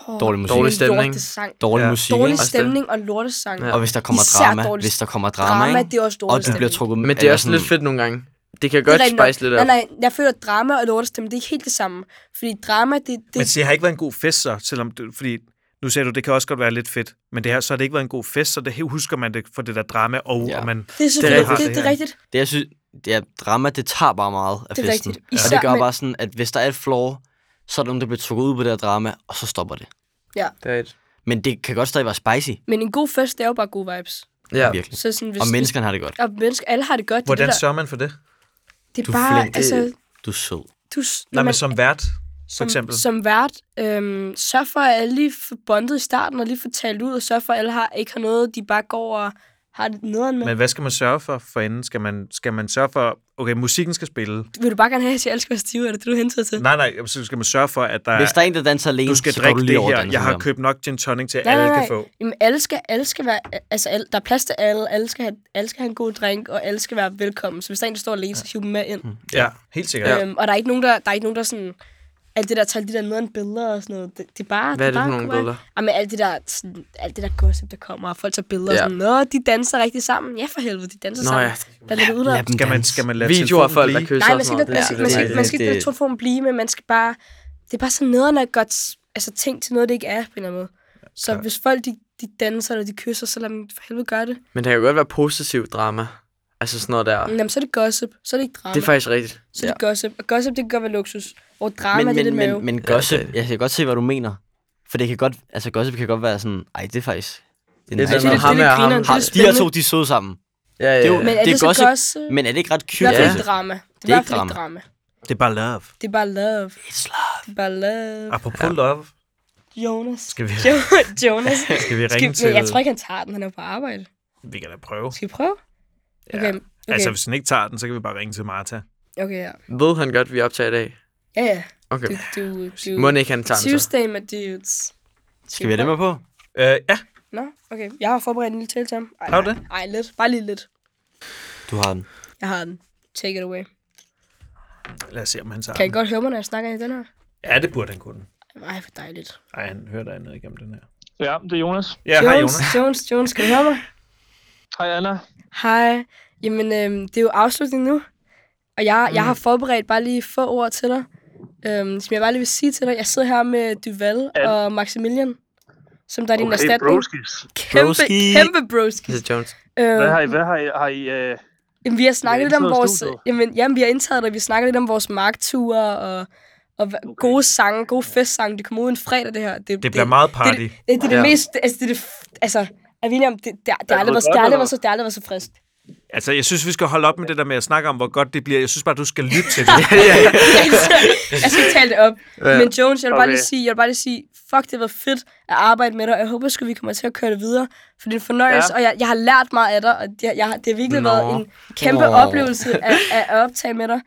Oh, Dårlig musik. Dårlig stemning. Sang. Dårlig Ja. musik. Dårlig ikke? stemning og lortesang. Ja. Og hvis der kommer Især drama, dårlig- hvis der kommer drama, Drama, ikke? det er også dårlig og du stemning. bliver trukket Men det er eller også lidt sådan- fedt nogle gange. Det kan Det er godt rigtigt nok. spice lidt Nej, op. nej, jeg føler, at drama og lortestemning, det er ikke helt det samme. Fordi drama, det... det Men det har ikke været en god fest så, selvom det, fordi nu sagde du, det kan også godt være lidt fedt, men det her, så har det ikke været en god fest, så det husker man det for det der drama, og, Ja. ja. og man, Det er selvfølgelig, det, rigtigt. det, det er rigtigt. Det, jeg synes, det er drama, det tager bare meget af Det er festen. rigtigt. og Især det gør med- bare sådan, at hvis der er et flaw, så er der nogen, der bliver trukket ud på det her drama, og så stopper det. Det er et. Men det kan godt stadig være spicy, Men en god fest, det er jo bare gode vibes. Ja. virkelig. Så sådan, hvis, Og menneskerne har det godt. Og mennesker, alle har det godt. Det er hvordan det, der, sørger man for det? det Du er er bare, flink. altså... Du er sød. Du, s- når Nej, men man- som vært, for som, eksempel. Som vært, øhm, sørg for, at alle lige får bondet i starten, og lige får talt ud, og sørg for, at alle har, ikke har noget, de bare går og har det nederen med. Men hvad skal man sørge for for enden? Skal man, skal man sørge for, okay, musikken skal spille. Vil du bare gerne have, at jeg elsker at stive? Er det det, du hentyder til? Nej, nej, så skal man sørge for, at der, Hvis der er en, der danser alene, du skal så går du drikke lige det over her. dansen Jeg har med ham. købt nok gin tonic til, at alle kan få. Jamen, alle skal, alle skal være, altså, alle, der er plads til alle, alle skal, have, alle skal have en god drink, og alle skal være velkommen. Så hvis der er en, der står alene, så hiv dem med ind. Ja, helt sikkert. Øhm, og der er ikke nogen, der, der, er ikke nogen, der sådan... Alt det der, tager de der nederen billeder og sådan noget, det, det er bare... Hvad er det bare for nogle korrekt. billeder? Jamen, alt det der, sådan, alt det der gossip, der kommer, og folk tager billeder ja. Ja. og sådan, Nå, de danser rigtig sammen. Ja, for helvede, de danser Nå sammen. ja. Der er lidt ud Lad dem Skal man, danse. skal man lade Videoer af telefonen folk, der blive? kysser. Nej, og man skal sådan ikke noget. lade, Ja, man, det man, skal, er rigtigt. man skal ikke lade Det- telefonen blive, men man skal bare... Det er bare så nederen at godt altså, tænkt til noget, det ikke er på en eller anden måde. Så klart. hvis folk de, de danser eller de kysser, så lad dem for helvede gøre det. Men der kan jo godt være positiv drama. Altså sådan noget der. Ah. Jamen, så er det gossip. Så er det ikke drama. Det er faktisk rigtigt. så er det gossip. Og gossip, det kan godt være luksus. Hvor drama men, men, er det, men, det mave. men, men gossip, det er det. jeg kan godt se, hvad du mener. For det kan godt, altså gossip kan godt være sådan, ej, det er faktisk... Det er Det er nice. sådan noget, det, Altså, ham det er ham. grineren, det Har, er de her to, spændende. de er søde sammen. Ja, ja, Det er jo- ja. men er det det, er så gossip, gossip? gossip? Men er det ikke ret I hvert cute? fald Ja. ikke drama. Det er i Det er hvert fald ikke ikke drama. Det er bare love. Det er bare love. It's love. Det er bare love. Apropos love, Jonas. Ah. skal vi, Jo, Jonas. skal vi Skal, ringe men til... jeg tror ikke, han tager den. Han er på arbejde. Vi kan da prøve. Skal vi prøve? Okay, okay. Altså, hvis den ikke tager den, så kan vi bare ringe til Martha. okay ja. Ved han godt, vi optager i dag? Ja, ja. Okay. Du, du, du. Må ikke han tager den så? Tuesday med dudes. Skal vi have det med på? Øh, ja, Nå, okay. Jeg har forberedt en lille tale til ham. Ej, Har du nej. Ej, lidt. Bare lige lidt. Du har den. Jeg har den. Take it away. lad os se, om han tager Kan I den. godt høre mig, når jeg snakker i den her? Ja, det burde han kunne. Ej, hvor dejligt. Ej, han hører dig noget igennem den her. Ja, det er Jonas. Ja, hej Jones, Jonas. Jones, Jones, kan du høre mig? Hej Anna. Hej. Jamen, øhm, det er jo afslutning nu. Og jeg, mm. jeg har forberedt bare lige få ord til dig, øhm, som jeg bare lige vil sige til dig. Jeg sidder her med Duval Ja. og Maximilian, som der er din erstatning. Øh. Kæmpe, Broski. kæmpe broski. Mrs. Jones. Hvad har Øhm, I, hvad har I, har I øh, jamen, vi har snakket I lidt om indtaget vores... studiet? Jamen, jamen, vi har indtaget det, vi har snakket lidt om vores markture og, og okay. gode sange, gode festsange. Det kommer ud en fredag, det her. Det bliver meget party. Det, det, det er det Ja. mest... det- Altså, det er det... f- Altså, er vi enige om, det, det, det, har aldrig gået været- godt, det har aldrig eller? været så- det har aldrig været så frisk. Altså, jeg synes, vi skal holde op med det der med at snakke om, hvor godt det bliver. Jeg synes bare, du skal lytte til det. altså, jeg skal tale det op. Ja. Men Jones, jeg vil, okay. bare Okay. lige sige, jeg vil bare lige sige, fuck, det har været fedt at arbejde med dig, og jeg håber sgu, vi kommer til at køre det videre, for det er en fornøjelse, ja. Ja. og jeg, jeg har lært meget af dig, og det, jeg, har- det har virkelig Nå. Nå. været en kæmpe Nå. oplevelse at, at optage med dig.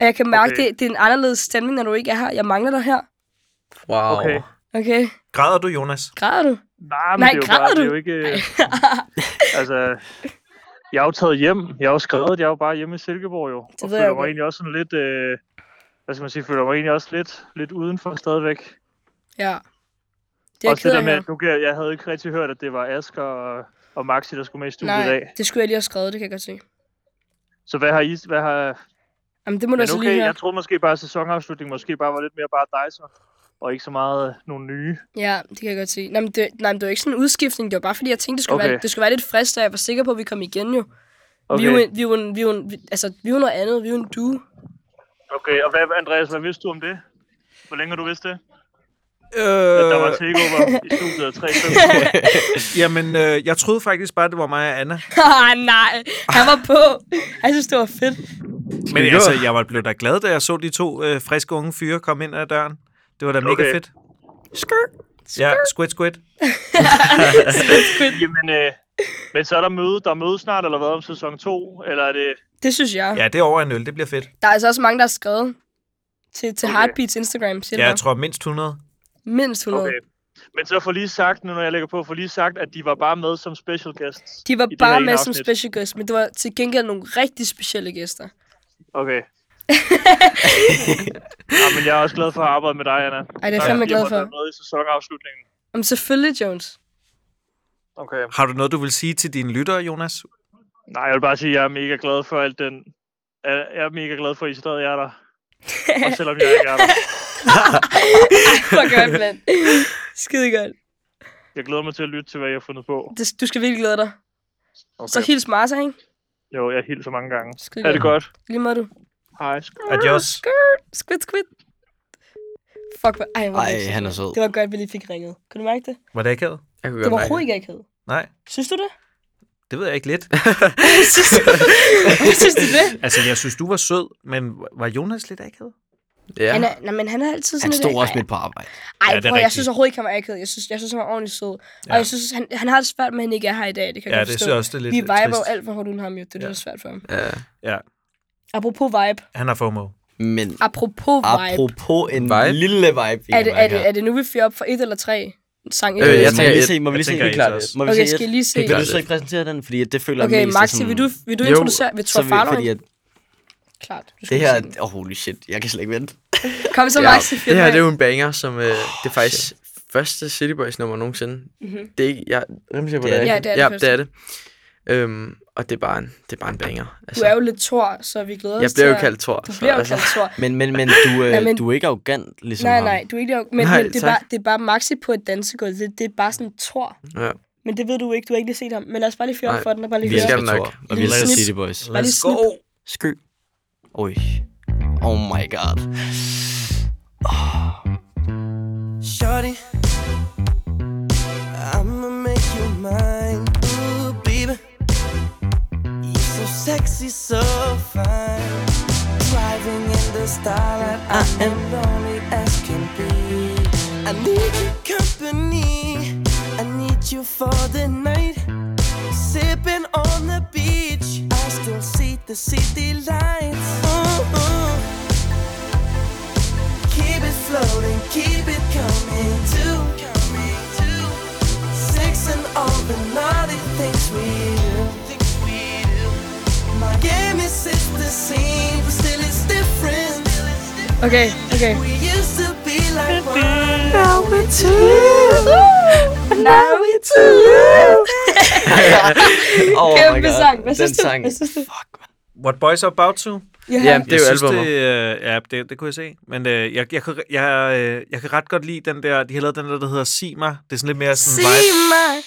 Og jeg kan mærke, Okay. okay. det, det er en anderledes stemning, når du ikke er her. Jeg mangler dig her. Wow. Okay. Okay, Græder du, Jonas? græder du? nej, men Nej, det er jo græder bare, det er du? jo ikke... øh, altså, jeg er jo taget hjem. Jeg er jo skrevet, jeg er jo bare hjemme i Silkeborg jo. Det og ved føler jeg mig godt. egentlig også sådan lidt... Øh, hvad skal man sige? Føler mig egentlig også lidt, lidt udenfor stadigvæk. Ja. Det er jeg også det ked der af. med, her. at nu, kan jeg, jeg havde ikke rigtig hørt, at det var Asger og, og Maxi, der skulle med i studiet i Nej, dag. det skulle jeg lige have skrevet, det kan jeg godt se. Så hvad har I... Hvad har, Jamen, det må du men altså okay, lige høre. jeg troede måske bare, at sæsonafslutningen måske bare var lidt mere bare dig så. Og ikke så meget øh, nogle nye. Ja, det kan jeg godt se. Nej, men det, nej, men det var ikke sådan en udskiftning. Det var bare fordi, jeg tænkte, det skulle, okay. være, Okay. det skulle være lidt frisk, og jeg var sikker på, at vi kom igen jo. Okay. Okay. Vi er jo, en- vi er jo, en- vi er jo, en- vi- altså, vi er jo noget andet. Vi er jo en duo. Okay, og hvad, Andreas, hvad vidste du om det? Hvor længe har du vidst det? Øh, At der var takeover i studiet af 3 jamen, øh, jeg troede faktisk bare, det var mig og Anna. ah, nej. Han var på. Jeg synes, det var fedt. Men vi gå? altså, jeg var blevet da glad, da jeg så de to øh, friske unge fyre komme ind ad døren. Det var da mega Okay. fedt. Skrrt. Ja, squid, squid. Jamen, øh, men så er der møde, der er møde snart, eller hvad, om sæson 2? Eller er det... Det synes jeg. Ja. Ja, det er over en øl. Det bliver fedt. Der er altså også mange, der har skrevet til, til Okay. Heartbeats Instagram. Siger Ja, ja, jeg tror mindst 100. Mindst 100. Okay. Okay. Men så får lige sagt, nu når jeg lægger på, får lige sagt, at de var bare med som special guests. De var I det her bare ene med som afsnit. special guest, men det var til gengæld nogle rigtig specielle gæster. Okay. Ja, men jeg er også glad for at arbejde med dig, Anna. Ej, det er jeg Tak, fandme fordi glad jeg måtte for. være med i sæsonafslutningen. Jamen selvfølgelig, Jones. Okay. Har du noget, du vil sige til dine lyttere, Jonas? Nej, jeg vil bare sige, at jeg er mega glad for alt den... Jeg er mega glad for, at I stadig er der. Og selvom jeg ikke er der. Fuck godt, mand. Skide godt. Jeg glæder mig til at lytte til, hvad I har fundet på. Det, du skal virkelig glæde dig. Okay. Så Okay. hils Martha, ikke? Jo, jeg hilser mange gange. Skide Er det godt? Lige måde du. Hej. Adios. Skvidt, skvidt. Fuck, hvor... Ej, hvor er Ej, det- han er sød. Det var godt, vi lige fik ringet. Kunne du mærke det? Var det akavet? Jeg kunne Det godt var mærke overhovedet ikke akavet. Nej, Synes du det? det ved jeg ikke lidt. synes, du, synes du det? Altså, jeg synes, du var sød, men var Jonas lidt akavet? det. Ja. Han er, nej, men han er altid sådan Han lidt- stod også Ej, midt på arbejde. Ja, Ej, det ja, er prøv, jeg rigtigt. synes overhovedet ikke, han var akavet. Jeg synes, jeg synes, han var ordentligt sød. Ja. Og jeg synes, han, han har det svært med, at han ikke er her i dag. Det kan jeg Ja, godt det forstå. synes jeg også, det er lidt Vi viber jo trist. alt for hårdt uden ham, jo. Det er det, der er svært for ham. Ja. Ja, Apropos vibe. han har FOMO. Men Apropos vibe. apropos en Vibe? lille vibe, vi Er kan det, er, mærke det, her. er det nu, vi fyrer op for et eller tre? Sang et Øh, eller jeg tre? Må tænker vi lige et. se, må vi Jeg lige se. tænker Det er klart, et også. Må vi Okay, se skal et? jeg lige se? Det er klart. Vil du så ikke præsentere den? Fordi at det føler jeg Okay, mest er Maxi, sådan- vil du, vil du Jo, introducere? Ved så Thor vi, Farlow? fordi at Klart. Du skal det her... se den. Åh, oh, holy shit. Jeg kan slet ikke vente. Kom så, Ja, Maxi. fyr det her den det er af. jo en banger, som øh, det er faktisk første City Boys nummer nogensinde. Mm-hmm. Det er ikke, jeg er rimelig sikker på, Det det er er det. ikke. Ja, det er det det er det. Øhm, og det er, bare en, det er bare en banger. Altså, Du er jo lidt Thor, så vi glæder os jeg bliver til jo at- kaldt Thor. Du så bliver jo altså, kaldt Thor. Men, men, men, du, øh, Ja, men- du er ikke arrogant, ligesom Nej, ham. nej, du er ikke Men, Nej, men det, er tak. bare, det er bare Maxi på et dansegulv. Det, det er bare sådan Thor. Ja. Men det ved du ikke. Du har ikke lige set ham. Men lad os bare lige fjerne Nej, for den og bare lige Vi skal høre. elsker den Thor, nok. og vi Lille elsker snip. City Boys. Bare lige Let's go! Sky. Oj. Oh my god. Shorty, I'ma make you mine. Ooh, baby, you're so sexy, so fine. Driving in the starlight, I am lonely as can be. I need your company, I need you for the night. Sipping on the beach, I still see the city lights. Ooh, ooh. Keep it floating, keep it coming to, coming to. Sex and all the naughty things we do. Things we do. My game is it's the same, but still it's different. Okay, okay. We used to be like one. Now we're two. Now we're two. Oh Kæmpe sang. Hvad synes Den du? sang. Hvad synes du? Fuck, man. What Boys Are About To? ja, det er jo jeg albumet. det, øh, ja, det, det kunne jeg se. Men øh, jeg, jeg, kunne- jeg, øh, jeg kan ret godt lide den der, de har lavet den der, der hedder Sig mig. Det er sådan lidt mere sådan vibe. mig.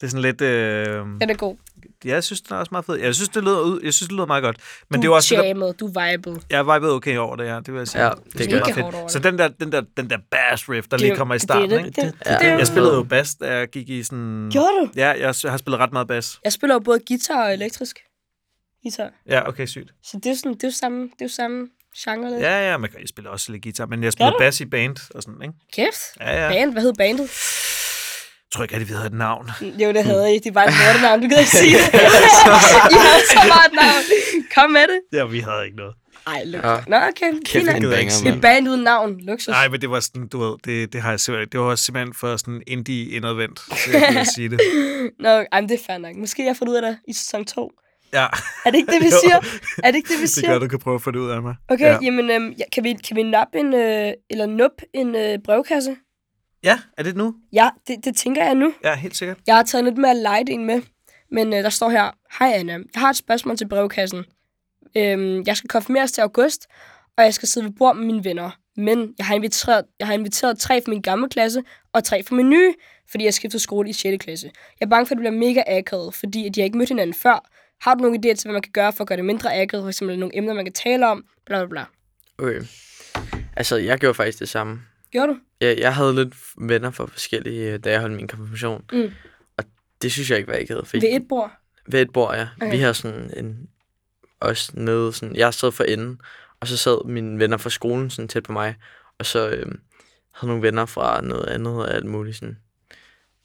Det er sådan lidt... Øh, Den er god. ja, jeg synes, den er også meget fed. Jeg synes, det lyder, ud, jeg synes, det lyder meget godt. Men Men det er jo også... Det, der, jammet, du vibede. jeg vibede okay over det, ja. Det vil jeg sige. Ja, Jeg det synes, gør var jeg. fedt. Hårdt over Så den der, den der, den der bass riff, der lige kommer i starten, det, ikke? det, det, Ja. det, det, Jeg spillede jo bass, da jeg gik i sådan... Gjorde du? Ja, jeg s- har spillet ret meget bass. Jeg spiller jo både guitar og elektrisk guitar. Ja, okay, sygt. Så det er jo sådan, det er jo samme, det er jo samme genre. lidt. Ja, ja, man kan, jeg spiller også lidt guitar, men jeg spillede du? bass i band og sådan, ikke? Kæft. Ja, ja. Band, hvad hed bandet? Jeg tror ikke rigtig, vi havde et navn. Jo, det havde I. Det var et lortenavn. Du gider ikke sige det. I havde så meget et navn. Kom med det. Ja, vi havde ikke noget. Ej, luksus. Ja. Nå, okay. Kæft, Fint nok. en gider jeg banger, ikke Et mand. band uden navn. Luksus. Nej, men det var sådan, du ved, det, det har jeg simpelthen, det var simpelthen for sådan indie indadvendt, så jeg kan sige det. Nå, ej, men det er fair nok. Måske jeg har fundet ud af det i sæson 2. Ja, Er det ikke det, vi Jo. siger? Er det ikke det, vi det siger? gør, du kan prøve at få det ud af mig. Okay, Ja, jamen, øhm, ja, kan, vi, kan vi nappe en, øh, eller nup en øh, brevkasse? ja er det nu? Ja, det, det tænker jeg nu. Ja, helt sikkert. Jeg har taget lidt mere light ind med, men øh, der står her, Hej Anna, jeg har et spørgsmål til brevkassen. Øhm, jeg skal konfirmeres til august, og jeg skal sidde ved bord med mine venner. Men jeg har, inviteret, jeg har inviteret tre fra min gamle klasse og tre fra min nye, fordi jeg skiftede skole i 6. klasse. Jeg er bange for, at det bliver mega akavet, fordi at de har ikke mødt hinanden før. Har du nogle idéer til, hvad man kan gøre for at gøre det mindre akavet? For eksempel nogle emner, man kan tale om? Bla bla bla. Okay. Altså, jeg gjorde faktisk det samme. Gjorde du? Jeg, jeg havde lidt venner fra forskellige, øh, da jeg holdt min konfirmation. Mm. Og det synes jeg ikke var akavet. fordi- Ved et bord? ved et bord, ja. Okay. Okay. Vi har sådan en... Også nede, sådan... Jeg sad for enden, og så sad mine venner fra skolen sådan tæt på mig, og så øh, havde nogle venner fra noget andet og alt muligt sådan.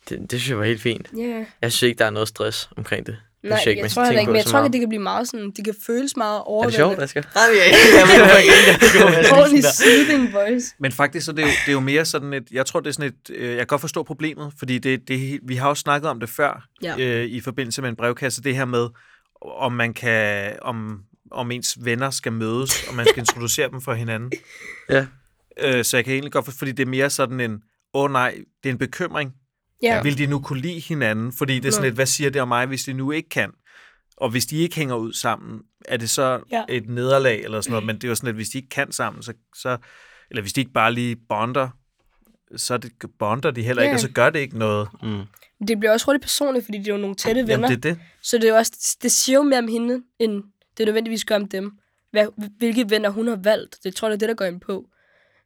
Det, det synes jeg var helt fint. Ja. Yeah. Jeg synes ikke, der er noget stress omkring det. det Nej, synes jeg, man jeg skal tror heller tænke ikke, på men jeg så tror, meget. at det kan blive meget sådan, det kan føles meget Er det sjovt, overvældende. Asger? Nej, men jeg, jeg ved ikke, jeg kan komme med Ordentlig sådan der. soothing voice. Men faktisk så er det, jo, det er jo mere sådan et, jeg tror det er sådan et, øh, jeg kan godt forstå problemet, fordi det, det, er helt- vi har jo snakket om det før Ja. øh, i forbindelse med en brevkasse, det her med, om man kan, om om ens venner skal mødes, og man skal introducere dem for hinanden. Ja. Øh, så jeg kan egentlig godt for, fordi det er mere sådan en, åh oh, nej, det er en bekymring. Ja. Vil de nu kunne lide hinanden? Fordi det er sådan Nå. lidt, hvad siger det om mig, hvis de nu ikke kan? Og hvis de ikke hænger ud sammen, er det så Ja. ja. et nederlag eller sådan noget? Men det er jo sådan, at hvis de ikke kan sammen, så, så eller hvis de ikke bare lige bonder, så er det, bonder de heller ikke, Ja. og så gør det ikke noget. Det bliver også hurtigt personligt, fordi det er jo nogle tætte venner. Jamen, det er det. Så det, er jo også, det siger jo mere om hende, end det nødvendigvis gør om dem. Hvad, hvilke venner hun har valgt. Det tror jeg, det er det, der går ind på.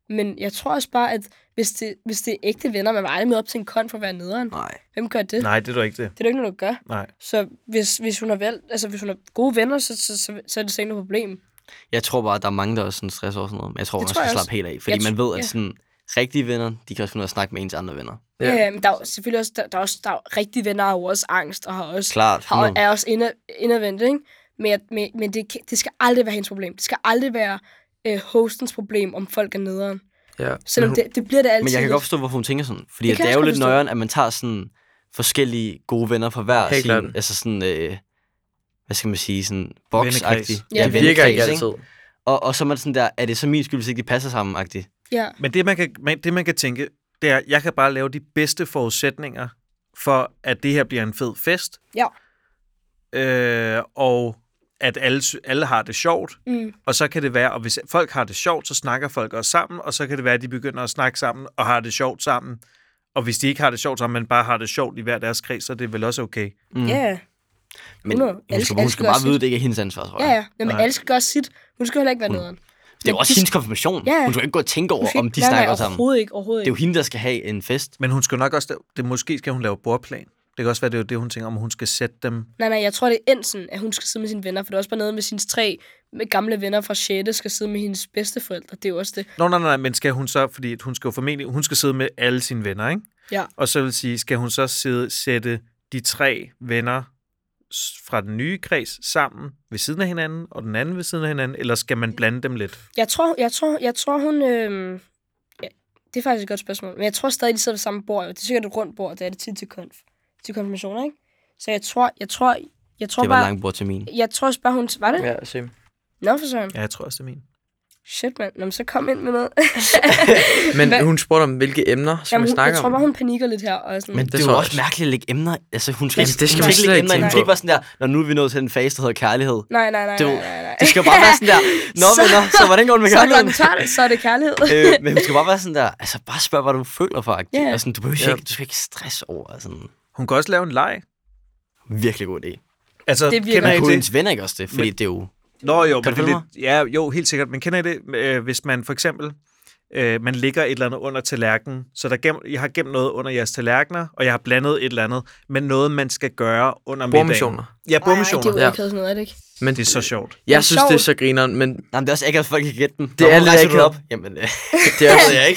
Men jeg tror også bare, at hvis det, hvis det er ægte venner, man vil aldrig møde op til en kon for at være nederen. Nej. Hvem gør det? Nej, det er du ikke det. Det er jo ikke noget, du gør. Nej. Så hvis, hvis hun har valgt, altså hvis hun har gode venner, så, så, så, så er det sikkert noget problem. Jeg tror bare, at der er mange, der er sådan stress over sådan noget. Men jeg tror, Det man tror skal jeg slappe også. helt af. Fordi Jeg man ved, tr- at ja. sådan rigtige venner, de kan også finde ud af at snakke med ens andre venner. Ja. Ja. Øh, men der er jo selvfølgelig også, der, der er også der er jo rigtige venner, har jo også angst, og har også, Klart. har, hundrede. er også inder, indervendt, ikke? Men, jeg- men, men det, kan- det skal aldrig være hendes problem. Det skal aldrig være øh, hostens problem, om folk er nederen. Ja. Selvom det, det bliver det altid. Men jeg kan lidt. godt forstå, hvorfor hun tænker sådan. Fordi Det det, kan det jeg er jo også lidt godt forstå. nøjeren, at man tager sådan forskellige gode venner fra hver Helt sin, klart. altså sådan, øh, hvad skal man sige, sådan boks Vennekreds. Ja, Det virker ikke vennekreds, altid. Og, og så er man sådan der, er det så min skyld, hvis ikke de passer sammen-agtigt? Ja, Men det man, kan, man, det, man kan tænke, det er, at jeg kan bare lave de bedste forudsætninger for, at det her bliver en fed fest. Ja. Øh, og at alle, sy- alle har det sjovt. Mm. Og så kan det være, og hvis folk har det sjovt, så snakker folk også sammen, og så kan det være, at de begynder at snakke sammen og har det sjovt sammen. Og hvis de ikke har det sjovt sammen, men bare har det sjovt i hver deres kreds, så er det vel også okay. mm. ja, Men Hundrede. hun Alle- skal, alle hun skal skal bare også vide, at det ikke er hendes ansvar, tror jeg. ja, ja. Men alle skal gøre sit. Hun skal heller ikke være nederen. Mm. Det er jo Men også de- hendes konfirmation. Ja, ja. Hun skal jo ikke gå og tænke Hun over, skal om ikke- de nej, nej, snakker sammen. Overhovedet ikke, overhovedet Det er jo ikke. hende, der skal have en fest. Men hun skal nok også, det, måske skal hun lave bordplan. Det kan også være, det er jo det, hun tænker, om hun skal sætte dem. Nej, nej, jeg tror, det er enten, at hun skal sidde med sine venner, for det er også bare noget med sine tre med gamle venner fra 6. skal sidde med hendes bedsteforældre. Det er jo også det. Nå, nej, nej, nej, men skal hun så, fordi at hun skal jo formentlig, hun skal sidde med alle sine venner, ikke? Ja. Og så vil sige, skal hun så sidde, sætte de tre venner s- fra den nye kreds sammen ved siden af hinanden, og den anden ved siden af hinanden, eller skal man blande dem lidt? Jeg tror, jeg tror, jeg tror hun... Øh... Ja, det er faktisk et godt spørgsmål. Men jeg tror stadig, de sidder ved samme bord. Det er sikkert et rundt bord. Det er det tit til, konf. til konfirmationer, ikke? Så jeg tror, jeg tror, jeg tror Det var bare... en lang bord til min. Jeg tror også bare, hun... Var det? Ja. Ja, same. Nå, for søren. Ja, jeg tror også, det er min. Shit, mand. Nå, men så kom ind med noget. Men Hvad- hun spurgte om, hvilke emner skal Jamen, vi hun, snakke jeg tror om? bare, hun panikker lidt her. Og sådan. Men Men... Mm. det, det det er tror jo jeg også også. mærkeligt at lægge emner. Altså, hun skal, Jamen, det skal man hun slet lægge ikke emner. Hun tænke skal på. ikke være sådan der, når nu er vi nået til den fase, der hedder kærlighed. Nej, nej, nej, Det er nej, jo- nej, nej. Det skal jo bare være sådan der, nå Så- venner, så hvordan går det med Så er den kærligheden? tørt, så er det kærlighed. øh, men hun skal bare være sådan der, altså bare spørg, hvad du føler for. Ja. Yeah. Og sådan, du, behøver Ja. ikke, du skal ikke stress over. Sådan, Hun kan også lave en leg. virkelig god idé. Altså, Det virker kender Men I ikke kunne det? hendes venner ikke også det? Fordi Men- det er jo... Nå jo, men det er Konfirmer? lidt, ja, jo, helt sikkert. Men kender I det, øh, hvis man for eksempel, øh, man ligger et eller andet under tallerkenen, så der gem, jeg har gemt noget under jeres tallerkener, og jeg har blandet et eller andet, men noget, man skal gøre under middagen. Bordmissioner. Ja, det er bordmissioner. jo ja. ikke sådan noget, er det ikke? Men Det er så sjovt. jeg synes, det er sjovt. så grineren, men Nej, men det er også ikke, at folk kan gætte den. Det er lidt akavet. op. Jamen, øh, Altså, det er det også, ved jeg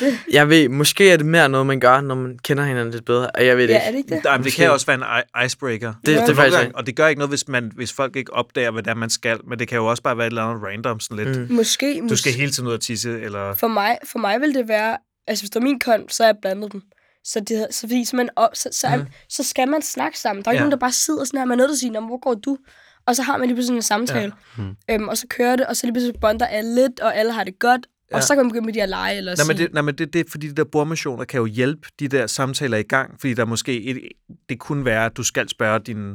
ikke. jeg ved, måske er det mere noget, man gør, når man kender hinanden lidt bedre. Og jeg ved det Ja, ikke. er det ikke det? Nej, men det kan også være en i- icebreaker. Det- Og det er nogle faktisk gange, ikke. Og det gør ikke noget, hvis, man, hvis folk ikke opdager, hvad det er, man skal. Men det kan jo også bare være et eller andet random sådan lidt. Mm. Måske, Du måske. skal hele tiden ud og tisse, eller... For mig, for mig vil det være, altså hvis det var min kon, så er jeg blandet dem. Så, det, så, fordi, så, man op, så, så, er, så skal man snakke sammen. Der er ikke Ja. nogen, der bare sidder sådan her med noget, der siger, "Nå, men hvor går du? Og så har man lige pludselig en samtale. Ja. Mm. Øhm, og så kører det, og så lige pludselig bonder alle lidt, og alle har det godt. Ja. Og så kan man begynde med de at lege, eller Nej, men, sige, det, nej, men det, det er fordi, de der bordmissioner kan jo hjælpe de der samtaler i gang, fordi der måske et, det kunne være, at du skal spørge din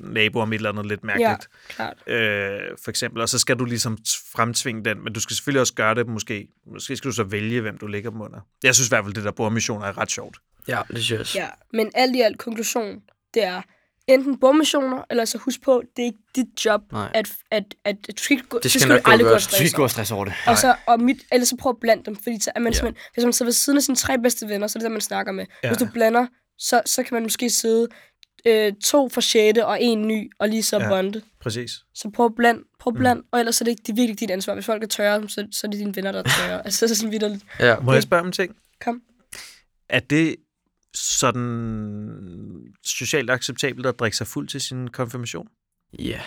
nabo om et eller andet lidt mærkeligt, klart. ja. øh, for eksempel, og så skal du ligesom t- fremtvinge den, men du skal selvfølgelig også gøre det måske. Måske skal du så vælge, hvem du ligger dem under. Jeg synes i hvert fald, det der bordmissioner er ret sjovt. Ja, det synes jeg også. Ja. Men alt i alt, konklusion, det er enten bordmissioner, eller så husk på, det er ikke dit job, Nej. at, at, at, at, du skal ikke gå, Det skal skal du nok gå aldrig gå godt. og Du skal stresse ikke gå og stress over det. Og så, og mit, ellers så prøv at blande dem, fordi så er man Ja. ja. hvis man sidder ved siden af sine tre bedste venner, så er det der, man snakker med. Ja. Ja. Hvis du blander, så, så kan man måske sidde øh, to fra sjette og en ny, og lige så ja. Ja. bonde. Præcis. Så prøv at blande, prøv at blande, mm. og ellers er det, ikke, det er virkelig ikke dit ansvar. Hvis folk er tørre, så, så er det dine venner, der er tørre. altså, så er sådan vidderligt. Ja. Må jeg spørge om en ting? Kom. Er det sådan socialt acceptabelt at drikke sig fuld til sin konfirmation? Ja,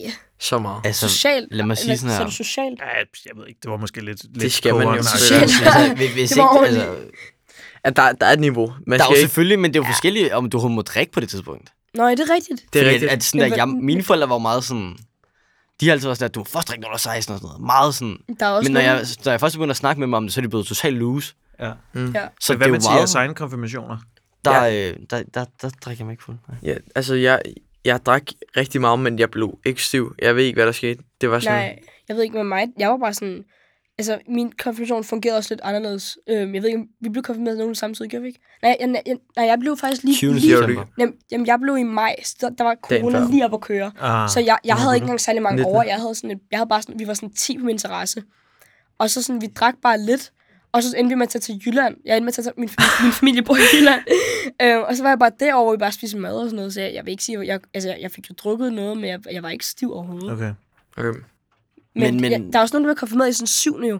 Yeah. så meget. Altså, Socialt. lad mig sige sådan Så er her. det socialt. Ja, jeg ved ikke. Det var måske lidt lidt skal man jo kogeren. selvfølgelig. Socialt. Altså, hvis, hvis Det ikke, var altså, At der, der er et niveau. Man der er skal jo ikke, selvfølgelig, men det er jo forskelligt, om du må drikke på det tidspunkt. Nå, er det rigtigt? det er Fordi rigtigt. At, at sådan der, Men jeg, hvad- mine forældre var jo meget sådan... de er altid også der, du må først drikke, når du er 16 og sådan noget. Meget sådan. Der er også Men når nogle- jeg, når jeg først begynder at snakke med dem om det, så er de blevet totalt loose. Ja. Mm. Ja. Så Hvad det med er jo meget... Mathias egen konfirmationer? Der, ja. øh, der, der, der, drikker jeg mig ikke fuld. Nej. Ja, altså, jeg, jeg drak rigtig meget, men jeg blev ikke stiv. Jeg ved ikke, hvad der skete. Det var sådan... Nej, jeg ved ikke med mig. Jeg var bare sådan... Altså, min konfirmation fungerede også lidt anderledes. Øhm, jeg ved ikke, om- vi blev konfirmeret nogen samtidig, gjorde vi ikke? Nej, jeg, jeg, nej, jeg blev faktisk lige... 20. lige Gjorde du september. jamen, jamen, jeg blev i maj, så der, der var corona før. lige op at køre. Ah, Så jeg, jeg havde ikke engang særlig mange 19. over. Jeg havde, sådan et, jeg havde bare sådan, vi var sådan 10 på min interesse. Og så sådan, vi drak bare lidt. Og så endte vi med at tage til Jylland. Jeg endte med at tage til, min, familie- min familie bor i Jylland. øhm, og så var jeg bare derovre, hvor vi bare spiste mad og sådan noget. Så jeg, jeg vil ikke sige, jeg, altså, jeg fik jo drukket noget, men jeg, jeg var ikke stiv overhovedet. okay. Okay. Men, men, Men- men- ja, der er også nogen, der bliver konfirmeret i sådan syvende jo.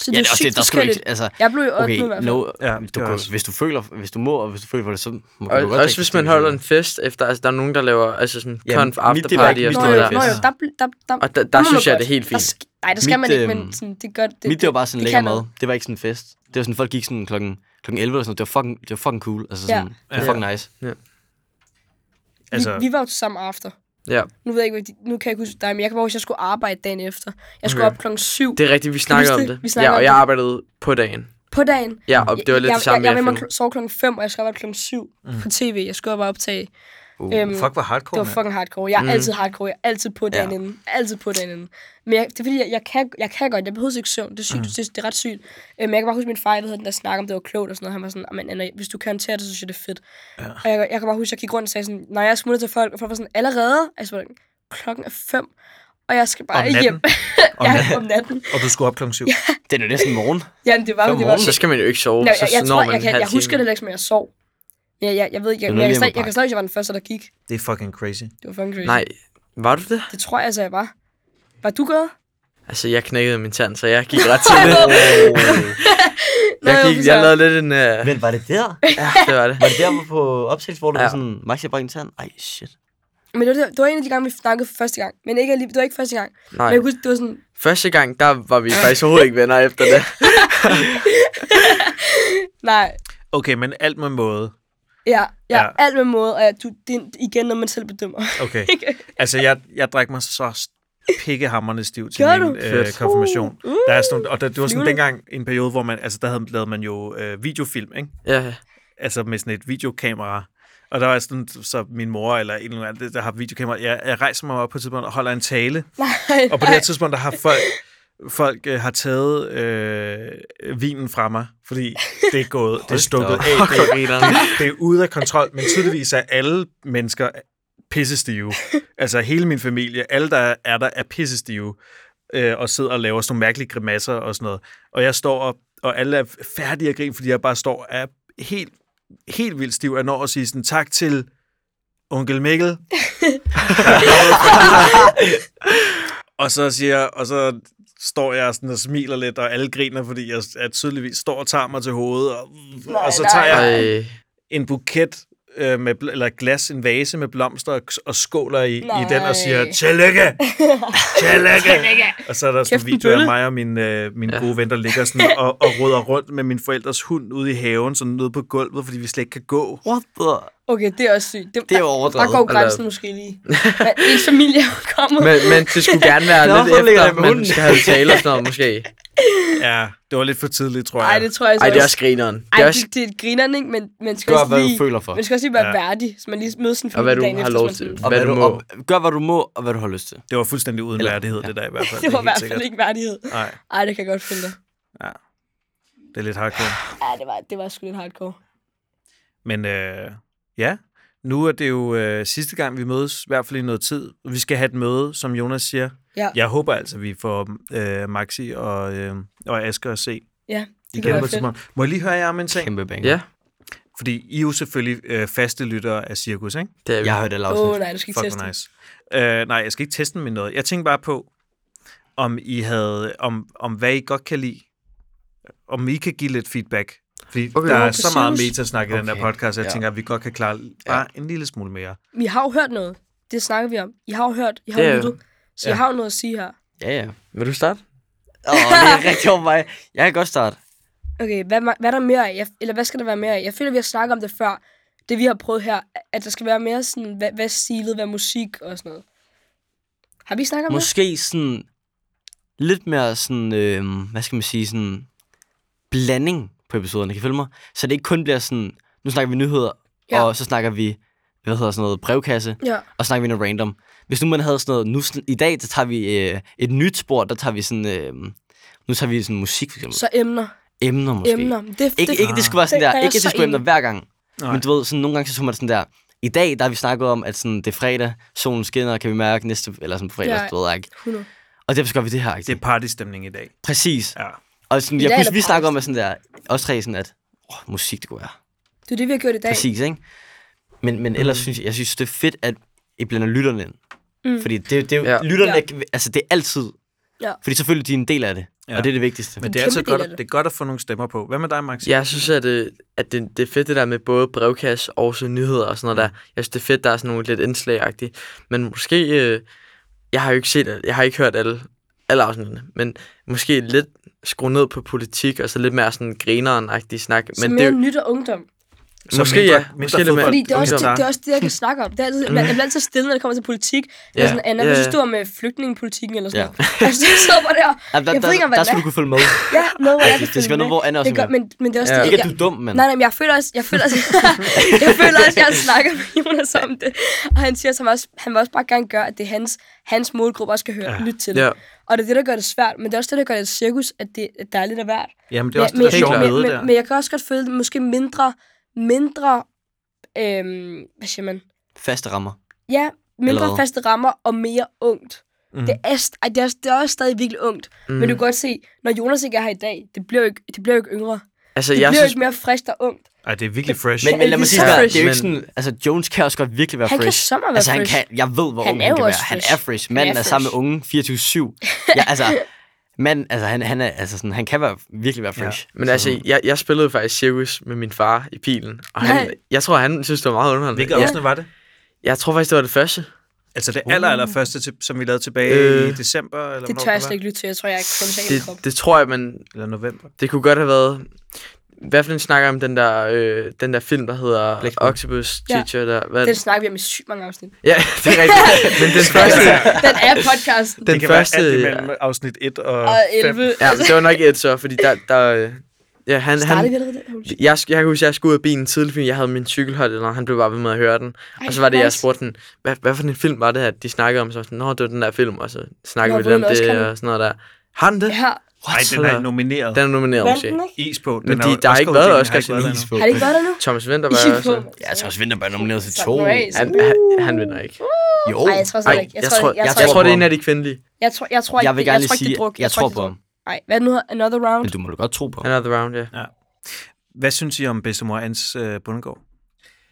Så det Ja, er det er jo også sygt det, der skal du forskelligt. ikke... Altså, Jeg blev jo okay, i okay, hvert fald. no, Ja, ja, det du, er kan, også- hvis, du føler, hvis du må, og hvis du føler for det, så må du Og, godt også drikke hvis til man det, holder sådan. en fest efter, altså der er nogen, der laver altså sådan Ja, conf mit after det var party ikke- og Nå sådan jo, noget noget jo, nå af der. jo, festen. der, bl- der, der, Og der, må der man synes jeg, godt. det er helt Der fint. sk- Nej, det skal Mit, man ikke, men øhm, sådan, det gør det. Mit, det var bare sådan det lækker kan mad. noget. Det var ikke sådan en fest. Det var sådan, folk gik sådan klokken, klokken 11 eller sådan noget. Det var fucking, det var fucking cool. Altså Ja. sådan, ja. det var fucking nice. Altså, vi, vi var jo sammen after. Ja, Nu ved jeg ikke, hvad de- nu kan jeg ikke huske dig, men jeg kan bare huske, at jeg skulle arbejde dagen efter. Jeg skulle Okay. op klokken 7 det er rigtigt, vi snakker om huske det? Vi det. snakker Ja, og om jeg det. arbejdede på dagen. på dagen. Ja, og det var lidt jeg, det samme, Jeg, jeg, jeg jeg, filmede. jeg sove klokken 5, og jeg skulle arbejde klokken 7 Mm. på tv. Jeg skulle bare optage. Uh, øhm, fuck, hvor Det hardcore, var mand. fucking hardcore. Jeg er mm. altid hardcore. Jeg er altid på dagen Ja. inden. Altid på dagen inden. Men jeg, det er fordi, jeg, jeg, kan, jeg kan godt. Jeg behøver ikke søvn. Det er, sygt, mm. det, det er ret sygt. Øh, Men jeg kan bare huske min far, jeg ved, den der snakker om, det var klogt og sådan noget. Han var sådan, "Men Anna, hvis du kan håndtere det, så synes jeg, det er fedt. Ja. Og jeg, jeg kan bare huske, jeg gik rundt og sagde sådan, nej, jeg smutter til folk. Og folk var sådan, allerede? Altså, hvordan? klokken er fem. Og jeg skal bare Om natten? hjem. Om ja, natten? om natten. Og du skulle op klokken syv. Det er jo næsten morgen. Jamen, det var, det Fem om var, morgenen? Så skal man jo ikke sove, Nå, så jeg, jeg, når tror, man jeg, en kan, halv jeg husker time. det ikke, men jeg sov. Jeg, jeg, jeg ved ikke, jeg, Det er jeg, noget jeg, med jeg, jeg hjemmepakke. kan stadig, at jeg var den første, der gik. Det er fucking crazy. Det var fucking crazy. Nej, var du det? Det tror jeg altså, jeg var. Var du gået? Altså, jeg knækkede min tand, så jeg gik ret til det. Jeg, Nå, jo, gik, for jeg søren. lavede lidt en... øh, Men var det der? Ja, det var det. Var det der hvor på optagelse, hvor du Ja. ja. var sådan, Max, jeg brækker en tand? Ej, shit. Men det var, det var en af de gange, vi snakkede for første gang. Men ikke, alligevel- det var ikke første gang. Nej, Men jeg kunne huske, det var sådan... første gang, der var vi faktisk overhovedet ikke venner efter det. Nej, Okay, men alt med måde. ja, ja, Ja. ja. alt med måde. Og jeg, du, det er igen noget, man selv bedømmer. Okay. Altså, jeg, jeg drak mig så pikkehammerende stiv til Gjorde min du? øh, konfirmation. Uh, Der er sådan, nogle- og der, det var sådan Flyvende. dengang en periode, hvor man, altså der havde, lavede man jo øh, videofilm, ikke? Ja, altså med sådan et videokamera. Og der var sådan, så min mor eller en eller anden, der har videokamera, jeg, jeg rejser mig op på et tidspunkt og holder en tale. Nej, Og på det her tidspunkt, der har folk, folk øh, har taget øh, vinen fra mig, fordi det er gået, det er stukket af, det er, det, det er ude af kontrol. Men tydeligvis er alle mennesker pissestive. Altså hele min familie, alle der er der, er pissestive øh, og sidder og laver sådan nogle mærkelige grimasser og sådan noget. Og jeg står op, og alle er færdige at grine, fordi jeg bare står og er helt, helt vildt stiv. Jeg når at sige sådan, tak til onkel Mikkel. og så siger og så står jeg sådan og smiler lidt, og alle griner, fordi jeg, jeg tydeligvis står og tager mig til hovedet, og, Nej, og så nej. tager jeg Ej, en buket øh, med, bl- eller glas, en vase med blomster og, og skåler i, i den og siger, Nej. tillykke! tillykke! og så er der sådan Kæft, en en video af bølle. mig og min, øh, min gode ven, der ligger sådan og, og råder rundt med min forældres hund ude i haven, sådan nede på gulvet, fordi vi slet ikke kan gå. What the? Okay, det er også sygt. Det er jo Der overdrevet. går Eller- grænsen måske lige. Men en familie er jo kommet. men, men det skulle gerne være Nå, lidt så ligger jeg efter, med man hunden. skal have tale og sådan noget, måske. Ja, det var lidt for tidligt, tror jeg. Nej, det tror jeg så Ej, det er også grineren. Ej, Det er også det, det er grineren, ikke? Men man skal Gør, også hvad lige... du føler for. Man skal også lige være Ja. værdig, så man lige møder sin Og hvad familie du dagen har efter. lov så man til. sådan- Og Hvad hvad du du må. op, gør, hvad du må, og hvad du har lyst til. det var fuldstændig uden Eller- værdighed, det der i hvert fald. Det var i helt hvert sikkert. fald ikke værdighed. Nej, Ej, det kan jeg godt følge dig. det er lidt hardcore. Ja, det var, det var sgu lidt hardcore. Men øh, ja, nu er det jo øh, sidste gang, vi mødes, i hvert fald i noget tid. Vi skal have et møde, som Jonas siger, Ja, Jeg håber altså, at vi får øh, Maxi og, øh, og Asger at se. ja det kan Igen på være et fedt. tidspunkt. Må jeg lige høre jer om en ting? Kæmpe bang. Ja, Fordi I er jo selvfølgelig øh, faste lyttere af Cirkus, ikke? det er vi. Jeg har hørt alle Åh, oh, afsnit. nej, du skal ikke Fuck, teste hvor nice. nice. Øh, nej, jeg skal ikke teste dem med noget. Jeg tænkte bare på, om I havde, om, om hvad I godt kan lide. Om I kan give lidt feedback. Fordi Okay. okay, der Nå, er på så meget Cirkus. metasnak i okay. den Okay, der podcast, at jeg ja. tænker, at vi godt kan klare bare en lille smule mere. Vi har jo hørt noget. Det snakker vi om. I har jo hørt. I har Det er yeah. jo- lyttet. Så Ja. yeah. jeg har jo noget at sige her. Ja, ja. Vil du starte? Åh, det er rigtig over mig. Jeg kan godt starte. Okay, hvad, ma- hvad er der mere af? Jeg, eller hvad skal der være mere af? Jeg føler, vi har snakket om det før. Det, vi har prøvet her. At der skal være mere sådan, hvad, hvad stilet, hvad musik og sådan noget. Har vi snakket om det? Måske sådan lidt mere sådan, øh, hvad skal man sige, sådan blanding på episoderne, kan I følge mig? Så det ikke kun bliver sådan, nu snakker vi nyheder, Ja. ja. og så snakker vi, hvad hedder sådan noget, brevkasse, Ja. og så snakker vi noget random. Hvis nu man havde sådan noget, nu sådan, i dag, der tager vi øh, et nyt spor, der tager vi sådan, øh, nu tager vi sådan musik for eksempel. Så emner. emner måske. Emner. Det, Ikke, det, ikke det skulle være sådan Det- der, der er ikke jeg at det så skulle emner enig. hver gang. Nej. Nej. Men du ved, sådan, nogle gange så tog man det sådan der, i dag der har vi snakket om, at sådan, det er fredag, solen skinner, kan vi mærke næste, eller sådan på fredag, Ja. ja. du ved ikke. 100. Og derfor gør vi det her, ikke? Det er partystemning i dag. Præcis. Ja. Og sådan, I jeg dag er pludselig, der vi snakker om, at pause. sådan der, også tre sådan, at åh, musik, det kunne være. Det er det, vi har gjort i dag. Præcis, ikke? Men, men ellers synes jeg, jeg synes, det er fedt, at I blander lytterne ind. Mm. Mm. Fordi det, det, Ja. ja. lytterne, Ja. ja. altså det er altid. Ja. Fordi selvfølgelig, de er en del af det. Ja. Ja. Og det er det vigtigste. Men En det er altid kæmpe godt, del af at, det. det er godt at få nogle stemmer på. Hvad med dig, Max? Jeg synes, at, øh, at det, det er fedt det der med både brevkasse og så nyheder og sådan Mm. noget der. Jeg synes, det er fedt, der er sådan nogle lidt indslagagtige. Men måske, øh, jeg har jo ikke set, jeg har ikke hørt alle, alle afsnittene, men måske lidt skrue ned på politik og så lidt mere sådan grineren-agtig snak. Så Men det, mere er jo- nyt og ungdom. Så måske mindre- ja, mindre måske lidt mere. fodbold. Fordi det er, også, ungdom. det, det er også det, jeg kan snakke om. Det er altid, man, jeg bliver altid stille, når det kommer til politik. Ja. Ja. Sådan, Anna, Ja, hvis du ja. står med flygtningepolitikken eller sådan Ja. noget. Altså, jeg sidder bare der. Ja, der, Jeg ved der, ikke, om hvad der, der det skulle er. du kunne følge med. Ja, noget, jeg Altså, Det skal være noget, hvor Anna også det er gør, med. men, men det er også Ja. det, Ikke, jeg, at du er dum, mand. Nej, nej, men jeg føler også, jeg føler også, jeg føler også, jeg har snakket med Jonas om det. Og han siger, at han, også, han vil også bare gerne gøre, at det er hans, hans målgruppe også skal høre ja. lytte til. Ja. Og det er det, der gør det svært, men det er også det, der gør det et cirkus, at det at der er lidt af hvert. Jamen, det er også men, det, der er sjovt men, med men, der. men jeg kan også godt føle det måske mindre, mindre, øhm, hvad siger man? Faste rammer. Ja, mindre Eller Eller... hvad? faste rammer og mere ungt. Mm. Det, er, st- ej, det, er, også- det er også stadig virkelig ungt. Mm. Men du kan godt se, når Jonas ikke er her i dag, det bliver jo ikke, det bliver jo ikke yngre. Altså, Det jeg bliver jo synes, ikke mere friskt og ungt. Ej, det er virkelig fresh. Men, men lad mig sige, Ja, det, fresh. det er jo ikke Men- sådan... Altså, Jones kan også godt virkelig være Han kan fresh. så meget være altså, han fresh. Kan, jeg ved, hvor Han han ung er han jo kan være. også Han er fresh. fresh. Han Manden er er, sammen med fresh. unge 24-7. Ja, altså... Mand, altså, han, han, er, altså sådan, han kan være, virkelig være fresh. Ja. men altså, jeg, jeg spillede faktisk cirkus med min far i bilen, og han, Nej. jeg tror, han synes, det var meget underholdende. Hvilket Jeg- afsnit var det? Jeg tror faktisk, det var det første. Altså det aller, aller første, til- som vi lavede tilbage Øh. i december? Eller Det hvornår tør jeg var? slet ikke lytte til. Jeg tror, jeg er konstant Det, det tror jeg, man, Eller november. Det kunne godt have været... Hvad for en snakker om den der, øh, den der film, der hedder Black Mirror. Octopus Ja. Teacher? Der, hvad? Den snakker vi om i sygt mange afsnit. Ja, det er rigtigt. Men den første... Den er podcasten. Den det kan første... være alt ja. imellem afsnit 1 og, Og 11. 5. ja, men det var nok et så, fordi der... der øh, ja, han, Startede vi han, allerede den? Holy shit. jeg, sk- jeg kan huske, jeg skulle ud af bilen tidligt, fordi jeg havde min cykelhold, og han blev bare ved med at høre den. Og så var det, jeg nice. spurgte den, hvad, hvad for en film var det her, de snakkede om? Så var jeg sådan, nå, det var den der film, og så snakkede Nå, vi hvor lidt om den også kom. det, og sådan noget der. Har den det? Ja. Nej, den er nomineret. Den er nomineret, Vandt måske. den ikke? Is på. Den Men er de, jo- der har ikke været Oscar-uddelingen Oscar har ikke været der endnu. til Har det ikke været der nu? Thomas Vinter I var sygt på. også... Jeg tror altså, også, Vinter var nomineret til Slap to. nu af, så. Han, han, han vinder ikke. Jo. Ej, jeg tror slet Nej, ikke. jeg, jeg, tror, jeg, tror, jeg ikke- tror, det er en af de kvindelige. jeg tror, jeg tror ikke, Jeg vil det- gerne tror lige ikke, det sige, er druk. jeg tror ikke, på det er ham. druk. Ej, hvad er det nu? Another round? Men du må da godt tro på ham. Another round, ja. Hvad synes I om bedstemor Ans øh, bundegård?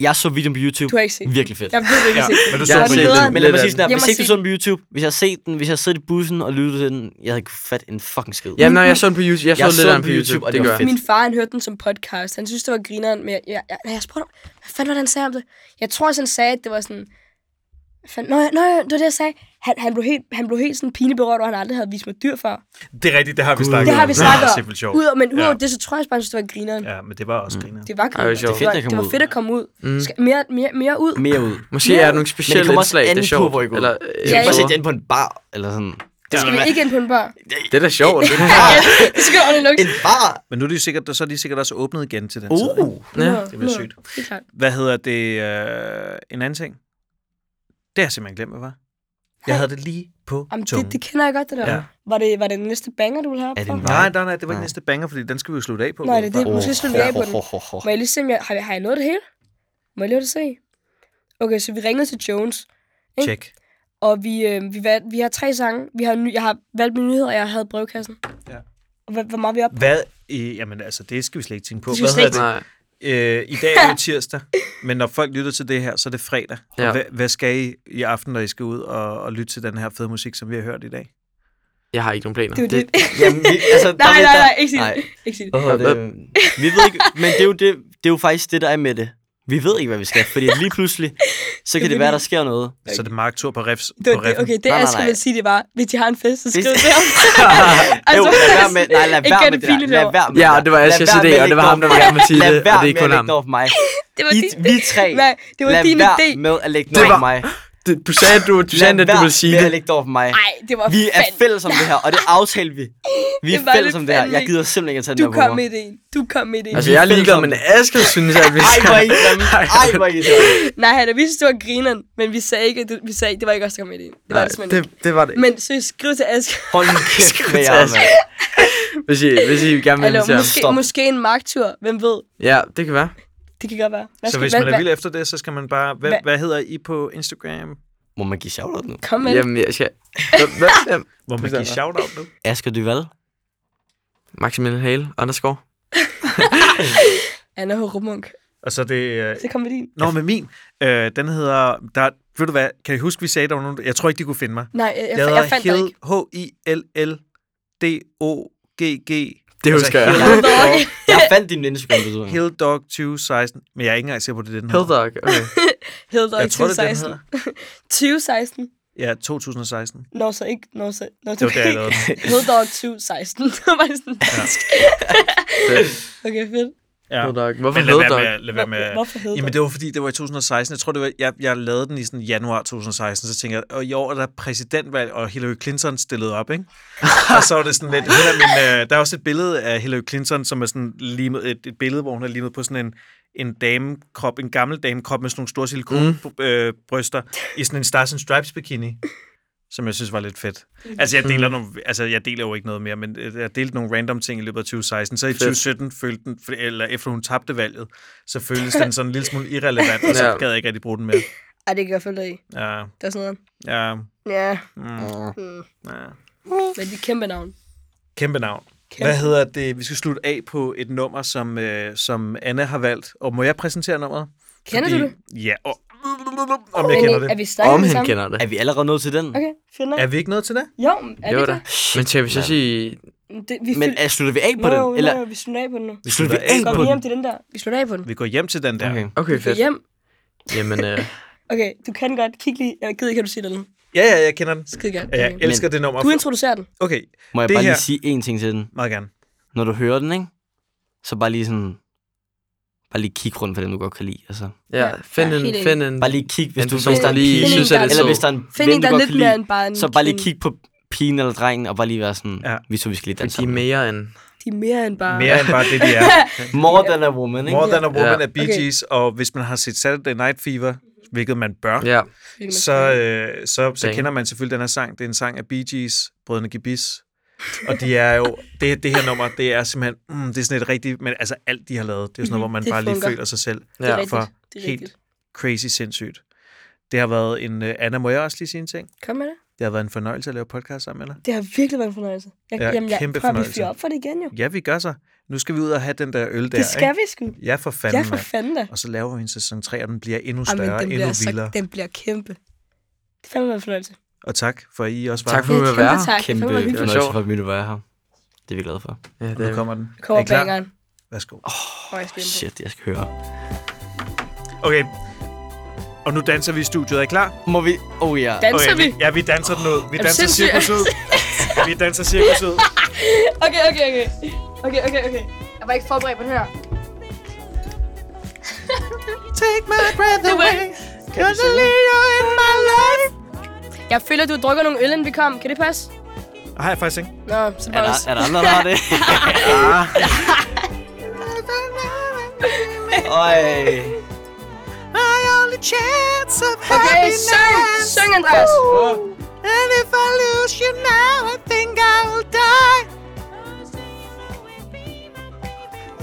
Jeg så videoen på YouTube. Du har ikke set. Virkelig fedt. Jeg ved det ikke. Ja, se. men du Jeg så har den set ikke. den. Men lad mig Lidt sige sådan af her, den. hvis ikke Jeg må du så den på YouTube, hvis jeg havde set den, hvis jeg havde siddet i bussen og lyttet til den, jeg havde ikke fat en fucking skid. Jamen, nej, jeg så den på YouTube. Jeg, Jeg så så lidt af den den på YouTube, og det, var gør jeg. fedt. Min far, han hørte den som podcast. Han synes, det var grineren, men jeg, jeg, jeg, jeg spurgte, ham, hvad fanden var det, han sagde om det? Jeg tror også, han sagde, at det var sådan... hvad fanden- Nå, ja, nå, ja, det var det, jeg sagde. Han, han, blev helt, han blev helt sådan pineberørt, og han aldrig havde vist mig dyr før. Det er rigtigt, det har vi snakket om. Ah, Det har vi snakket Det er om. simpelthen sjovt. Udover, men udover Ja. det, så tror jeg også bare, han synes, det var grineren. Ja, men det var også griner. Det var Ej, grineren. det er sjovt. det, var, Fedt at det var komme fedt at komme ud. Mm. Skal, mere, mere, mere ud. Mere ud. Måske er der nogle Men det specielle kommer også indslag, det an er på, sjovt. hvor I går. Eller, Jeg kan Ja, bare episoder. sætte den på en bar, eller sådan. Det Skal vi ikke ind på en bar? det er da sjovt. det er- Ja, det skal være ordentligt En bar? Men nu er de sikkert, så er de sikkert også åbnet igen til den tid. Uh. ikke? Ja, lukket. det bliver sygt. Det er klart. Hvad hedder det? Øh, en anden ting. Det har jeg simpelthen glemt, hvad var. Jeg Nej. havde det lige på Jamen, det, tungen. det kender jeg godt, det der. Ja. Var, det, var det den næste banger, du ville have? Er det på? en bar? Nej, nej, nej, det var ikke Nej. næste banger, fordi den skal vi jo slutte af på. Nej, det er det. åbenbart. Måske slutter vi af på den. Ho, ho, ho, ho. Må jeg lige se, om jeg, har, jeg- har jeg nået det hele? Må jeg lige det se? Okay, så vi ringede til Jones, ikke? Check. og vi, øh, vi, valg, vi har tre sange. Vi har ny, jeg har valgt min nyheder, og jeg havde brevkassen. Ja. Og hvor, hvor meget er vi oppe? Hvad? Øh, jamen, altså, det skal vi slet ikke tænke på. Det skal vi Hvad slet hedder det? Nej. Øh, I dag er jo tirsdag, men når folk lytter til det her, så er det fredag. Ja. Ja. Og hvad, hvad skal I i aften, når I skal ud og, og lytte til den her fede musik, som vi har hørt i dag? Jeg har ikke nogen planer. Det er jo det. Jamen, vi, altså, der Nej, ved- nej, der- nej, ikke sige det. Ikke sige det. Hvad hedder det? Vi ved ikke, men det er, jo det, det er jo faktisk det, der er med det. Vi ved ikke, hvad vi skal, fordi lige pludselig, så kan det være, der sker noget. Så er altså- det Mark Thor på refs. Det, var på det, riffen. okay, det Nej, jeg nej, skal nej. vel sige, det var, hvis de har en fest, så skriv Det- det om. Jo, lad være med, nej, lad ikke være gør med det det der. pinligt Lad over. være med Ja, der. og det var Lad Ashes være idé, med at og det var lægge ham, der over- ville gerne sige Lad det, og være det er med kun at ham. lægge det over på mig. Det var I, din, vi tre, nej, det var lad din være idé. med at lægge det Det over på var- mig. Du, du sagde, at du, du, sagde, at du ville sige det. det. lægge det over for mig. Nej, det var Vi er fandme- fælles om det her, og det aftalte vi. Vi Det er var fælles vi om det her. fandme Jeg ikke. gider simpelthen ikke at tage Du den her kom på mig. med det ind. Du kom med det ind. Altså, jeg er ligeglad, men Asger synes, at vi Ej, skal... hvor er I grimme. Ej, hvor er I grimme. Nej, han er vist stor grineren, men vi sagde ikke, at det, vi sagde, ikke- det var ikke os, der kom med det ind. Det var Nej, det simpelthen det, det var det ikke. Men så skriv til Asger. Hold nu kæft med jer, Fantastisk. mand. ikke. Hvis I, hvis I gerne vil Eller invitere ham. måske, Stop. måske en marktur. Hvem ved? Ja, det kan være. Det kan godt være. Hvad Så skal- hvis hvad- man er hvad- vild efter det, så skal man bare... Hvad, Hvad- hvad hedder I på Instagram? Må man give shout nu? Kom med det. Jamen, jeg skal... Hvem- hvem- hvem? Hvor man Forstår giver jeg. shout-out nu. Asger Duval. Maximilian Hale, underscore. Anna H. Rumunk. Og så er det... Øh, Så kom med din. Nå, med min. Øh, den hedder... Der, ved du hvad? Kan I huske, vi sagde, der var nogen... Jeg tror ikke, de kunne finde mig. Nej, jeg, jeg, Jeg, jeg fandt dig hedder ikke. H-I-L-L-D-O-G-G. Det husker jeg. Jeg ved ikke. Jeg fandt din Instagram, du ved. Hill Dog 2016. Men jeg er ikke engang sikker på, det er den hedder. Hildog, okay. Hed dog Jeg ikke tror, det er den 2016. hedder. 2016. Ja, 2016. Det Nå, så ikke. Nå, så... Nå, var der, jeg lavede den. Hed dog 2016. Det var sådan dansk. Okay, fedt. Ja. Hildog. Hvorfor Men lad være Hildog? med, lad være med, Hvorfor hed Jamen, det var fordi, det var i 2016. Jeg tror, det var, jeg, jeg lavede den i sådan januar 2016, så tænkte jeg, og i år er der præsidentvalg, og Hillary Clinton stillede op, ikke? og så var det sådan lidt, hun er min, øh, der er også et billede af Hillary Clinton, som er sådan limet, et, et billede, hvor hun er limet på sådan en, en damekrop, en gammel damekrop med sådan nogle store silikonbryster, mm. bryster i sådan en Stars and Stripes bikini som jeg synes var lidt fedt. Mm. Altså, jeg deler, nogle, altså, jeg deler jo ikke noget mere, men øh, jeg delte nogle random ting i løbet af 2016. Så i 2017 følte den, eller efter hun tabte valget, så føltes den sådan en lille smule irrelevant, og så Ja. gad jeg ikke rigtig bruge den mere. Ej, det kan jeg følge dig i. Ja, Det er sådan noget. ja, Ja. mm, Mm. ja. Men de er kæmpe navn. Kæmpe navn. Kæmpe. Hvad hedder det? Vi skal slutte af på et nummer, som, øh, som Anna har valgt. Og må jeg præsentere nummeret? Kender du det? Ja, og, om jeg kender Men, øh, Er det. vi snakket Om om det han sammen? kender det. Er vi allerede nået til den? Okay, fedt nok. Er vi ikke nået til det? Jo, er Det det ikke var det. det? Men skal vi så mand. sige... det? Vi Men fyld- er, slutter vi af på Nå, den? jo, Eller nå, jo, vi slutter af på den nu. Vi slutter vi af Kom på den? hjem til den der. Vi slutter af på den. Vi går hjem til den der. Okay. Okay, Gå fedt. hjem. Jamen, øh, Okay, du kan godt. Kig lige. Jeg gider ikke, at du siger det nu. Ja, ja, jeg kender den. Skide godt. Ja, Jeg Okay. elsker det nummer. Du introducerer den. Okay, Må jeg Det bare lige her- sige én ting til den? meget gerne. Når du hører den, ikke? Så bare lige sådan... Bare lige kig rundt på den, du godt kan lide. Altså. ja, Ja, find ja, en... helt Find en Bare lige kig, hvis, En du, person, hvis der er der en lige pige, synes, at det er eller sød. hvis der er en Find ven, en, der du er godt lidt kan mere lide. end bare en Så bare lige kvinde. kig på pigen eller drengen, og bare lige være sådan, Ja. ja. vi så, vi skal lige danse de er sammen. mere end... De er mere end bare... Mere end bare det, de er. More than a woman, ikke? More Than a Woman Ja. af Bee Gees, og hvis man har set Saturday Night Fever, hvilket man bør, Ja, så, øh, så, så Dang. kender man selvfølgelig den her sang. Det er en sang af Bee Gees, Brødrene Gibis. Og de er jo, det, det her nummer, det er simpelthen, mm, det er sådan et rigtigt, men altså alt de har lavet, det er sådan noget, hvor man Mhm. Det bare lige funker. føler sig selv. Det er ja. rigtigt. for Det er helt rigtigt. Crazy sindssygt. Det har været en, øh, Anna, må jeg også lige sige en ting? Kom med det. Det har været en fornøjelse at lave podcast sammen med dig. Det har virkelig været en fornøjelse. Jeg, Ja, jamen, jeg kæmpe tror, vi fornøjelse. fyrer op for det igen, jo. Ja, vi gør så. Nu skal vi ud og have den der øl der, det skal ikke? vi sgu. Ja, for fanden. Ja, for mand. fanden da. og så laver vi en sæson 3, og den bliver endnu Ej, men større, den endnu bliver, så, vildere. den bliver kæmpe. Det er fandme været en fornøjelse. Og tak for, at I også var. Tak for, Ja, at du vil kæmpe være her. tak. Det er Kæmpe fandme hyggeligt. fornøjelse sjovt. for mig, at være her. Det er vi glade for. Ja, det Nu er... kommer den. Kommer Er I klar? bangeren. Værsgo. Åh, jeg skal hjem på. Shit, jeg skal høre. Okay. Og nu danser vi i studiet. Er I klar? Må vi... Oh ja. Danser okay. vi? Ja, vi danser den ud. Vi Er du danser sindssyg? cirkus ud. Vi danser cirkus ud. Okay, okay, okay. Okay, okay, okay. Jeg var ikke forberedt på det her. Take my breath Det var... Cause I need you in my life. Jeg føler, du drukker nogle øl, inden vi kom. Kan det passe? Har jeg faktisk ikke? Nå, så Er bare der, os. er der andre, der har det? Øj. My only chance of Okay, syng! Syng, Andreas! And if I lose you now, I think I will die.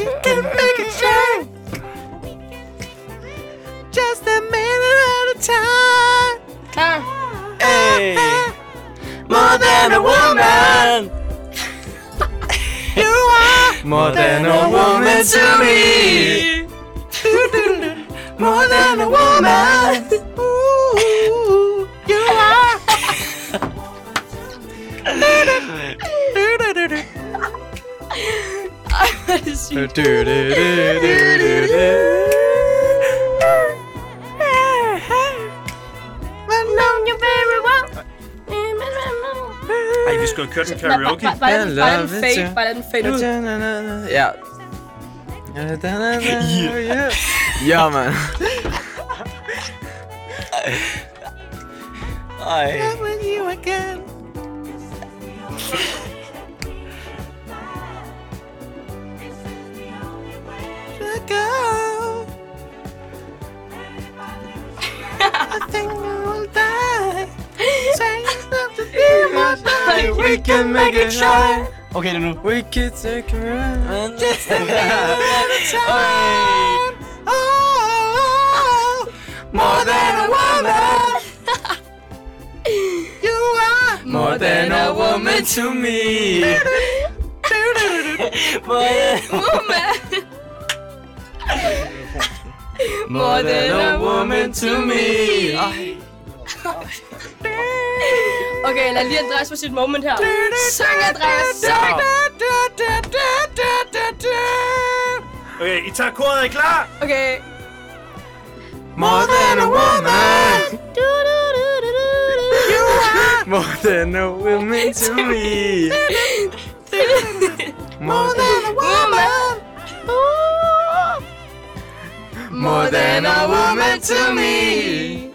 You can make it shine. Just a minute at a time. Klar? Hey. More than a woman. You are More than a woman to me. More than a woman. you are. Ej, hvor er det sygt. Du, du, du, du, du, du. Ej, vi skulle have kørt en Var, var, karaoke. var, var, den- var den Love it, fade? yeah. Var den fade ud? Ja. Ja, man. Ej. We can make it shine. Okay, det er nu. We can take a ride. Oh, More than a woman. More than a woman to me. More than a woman to me. Okay, lad lige Andreas få sit moment her. Syng, Andreas, syng! Okay, I tager koret, er I klar? Okay. More than a woman. More than a woman to me. More than a woman. More than a woman to me.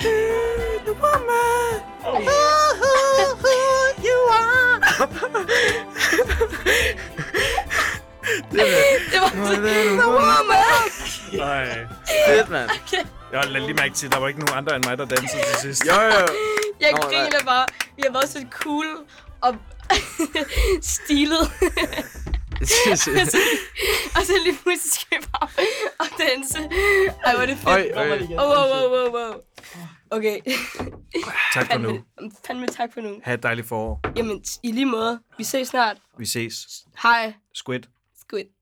The woman. Ooh, Oh, you are. Det var More than a woman. Nej. Fedt, mand. Jeg lagde lige mærke til, at der var ikke nogen andre end mig, der dansede til sidst. Jo, jo. Jeg Nå, nej. griner bare. Vi har været så cool og stilet. og så lige pludselig skal vi bare og danse. Ej, hvor er det fedt. Oj, oj. Oh, wow, wow, wow, wow. Okay, Tak for nu. fandme, fandme tak for nu. Ha' et dejligt forår. Jamen, i lige måde. Vi ses snart. Vi ses. Hej. Squid. Squid.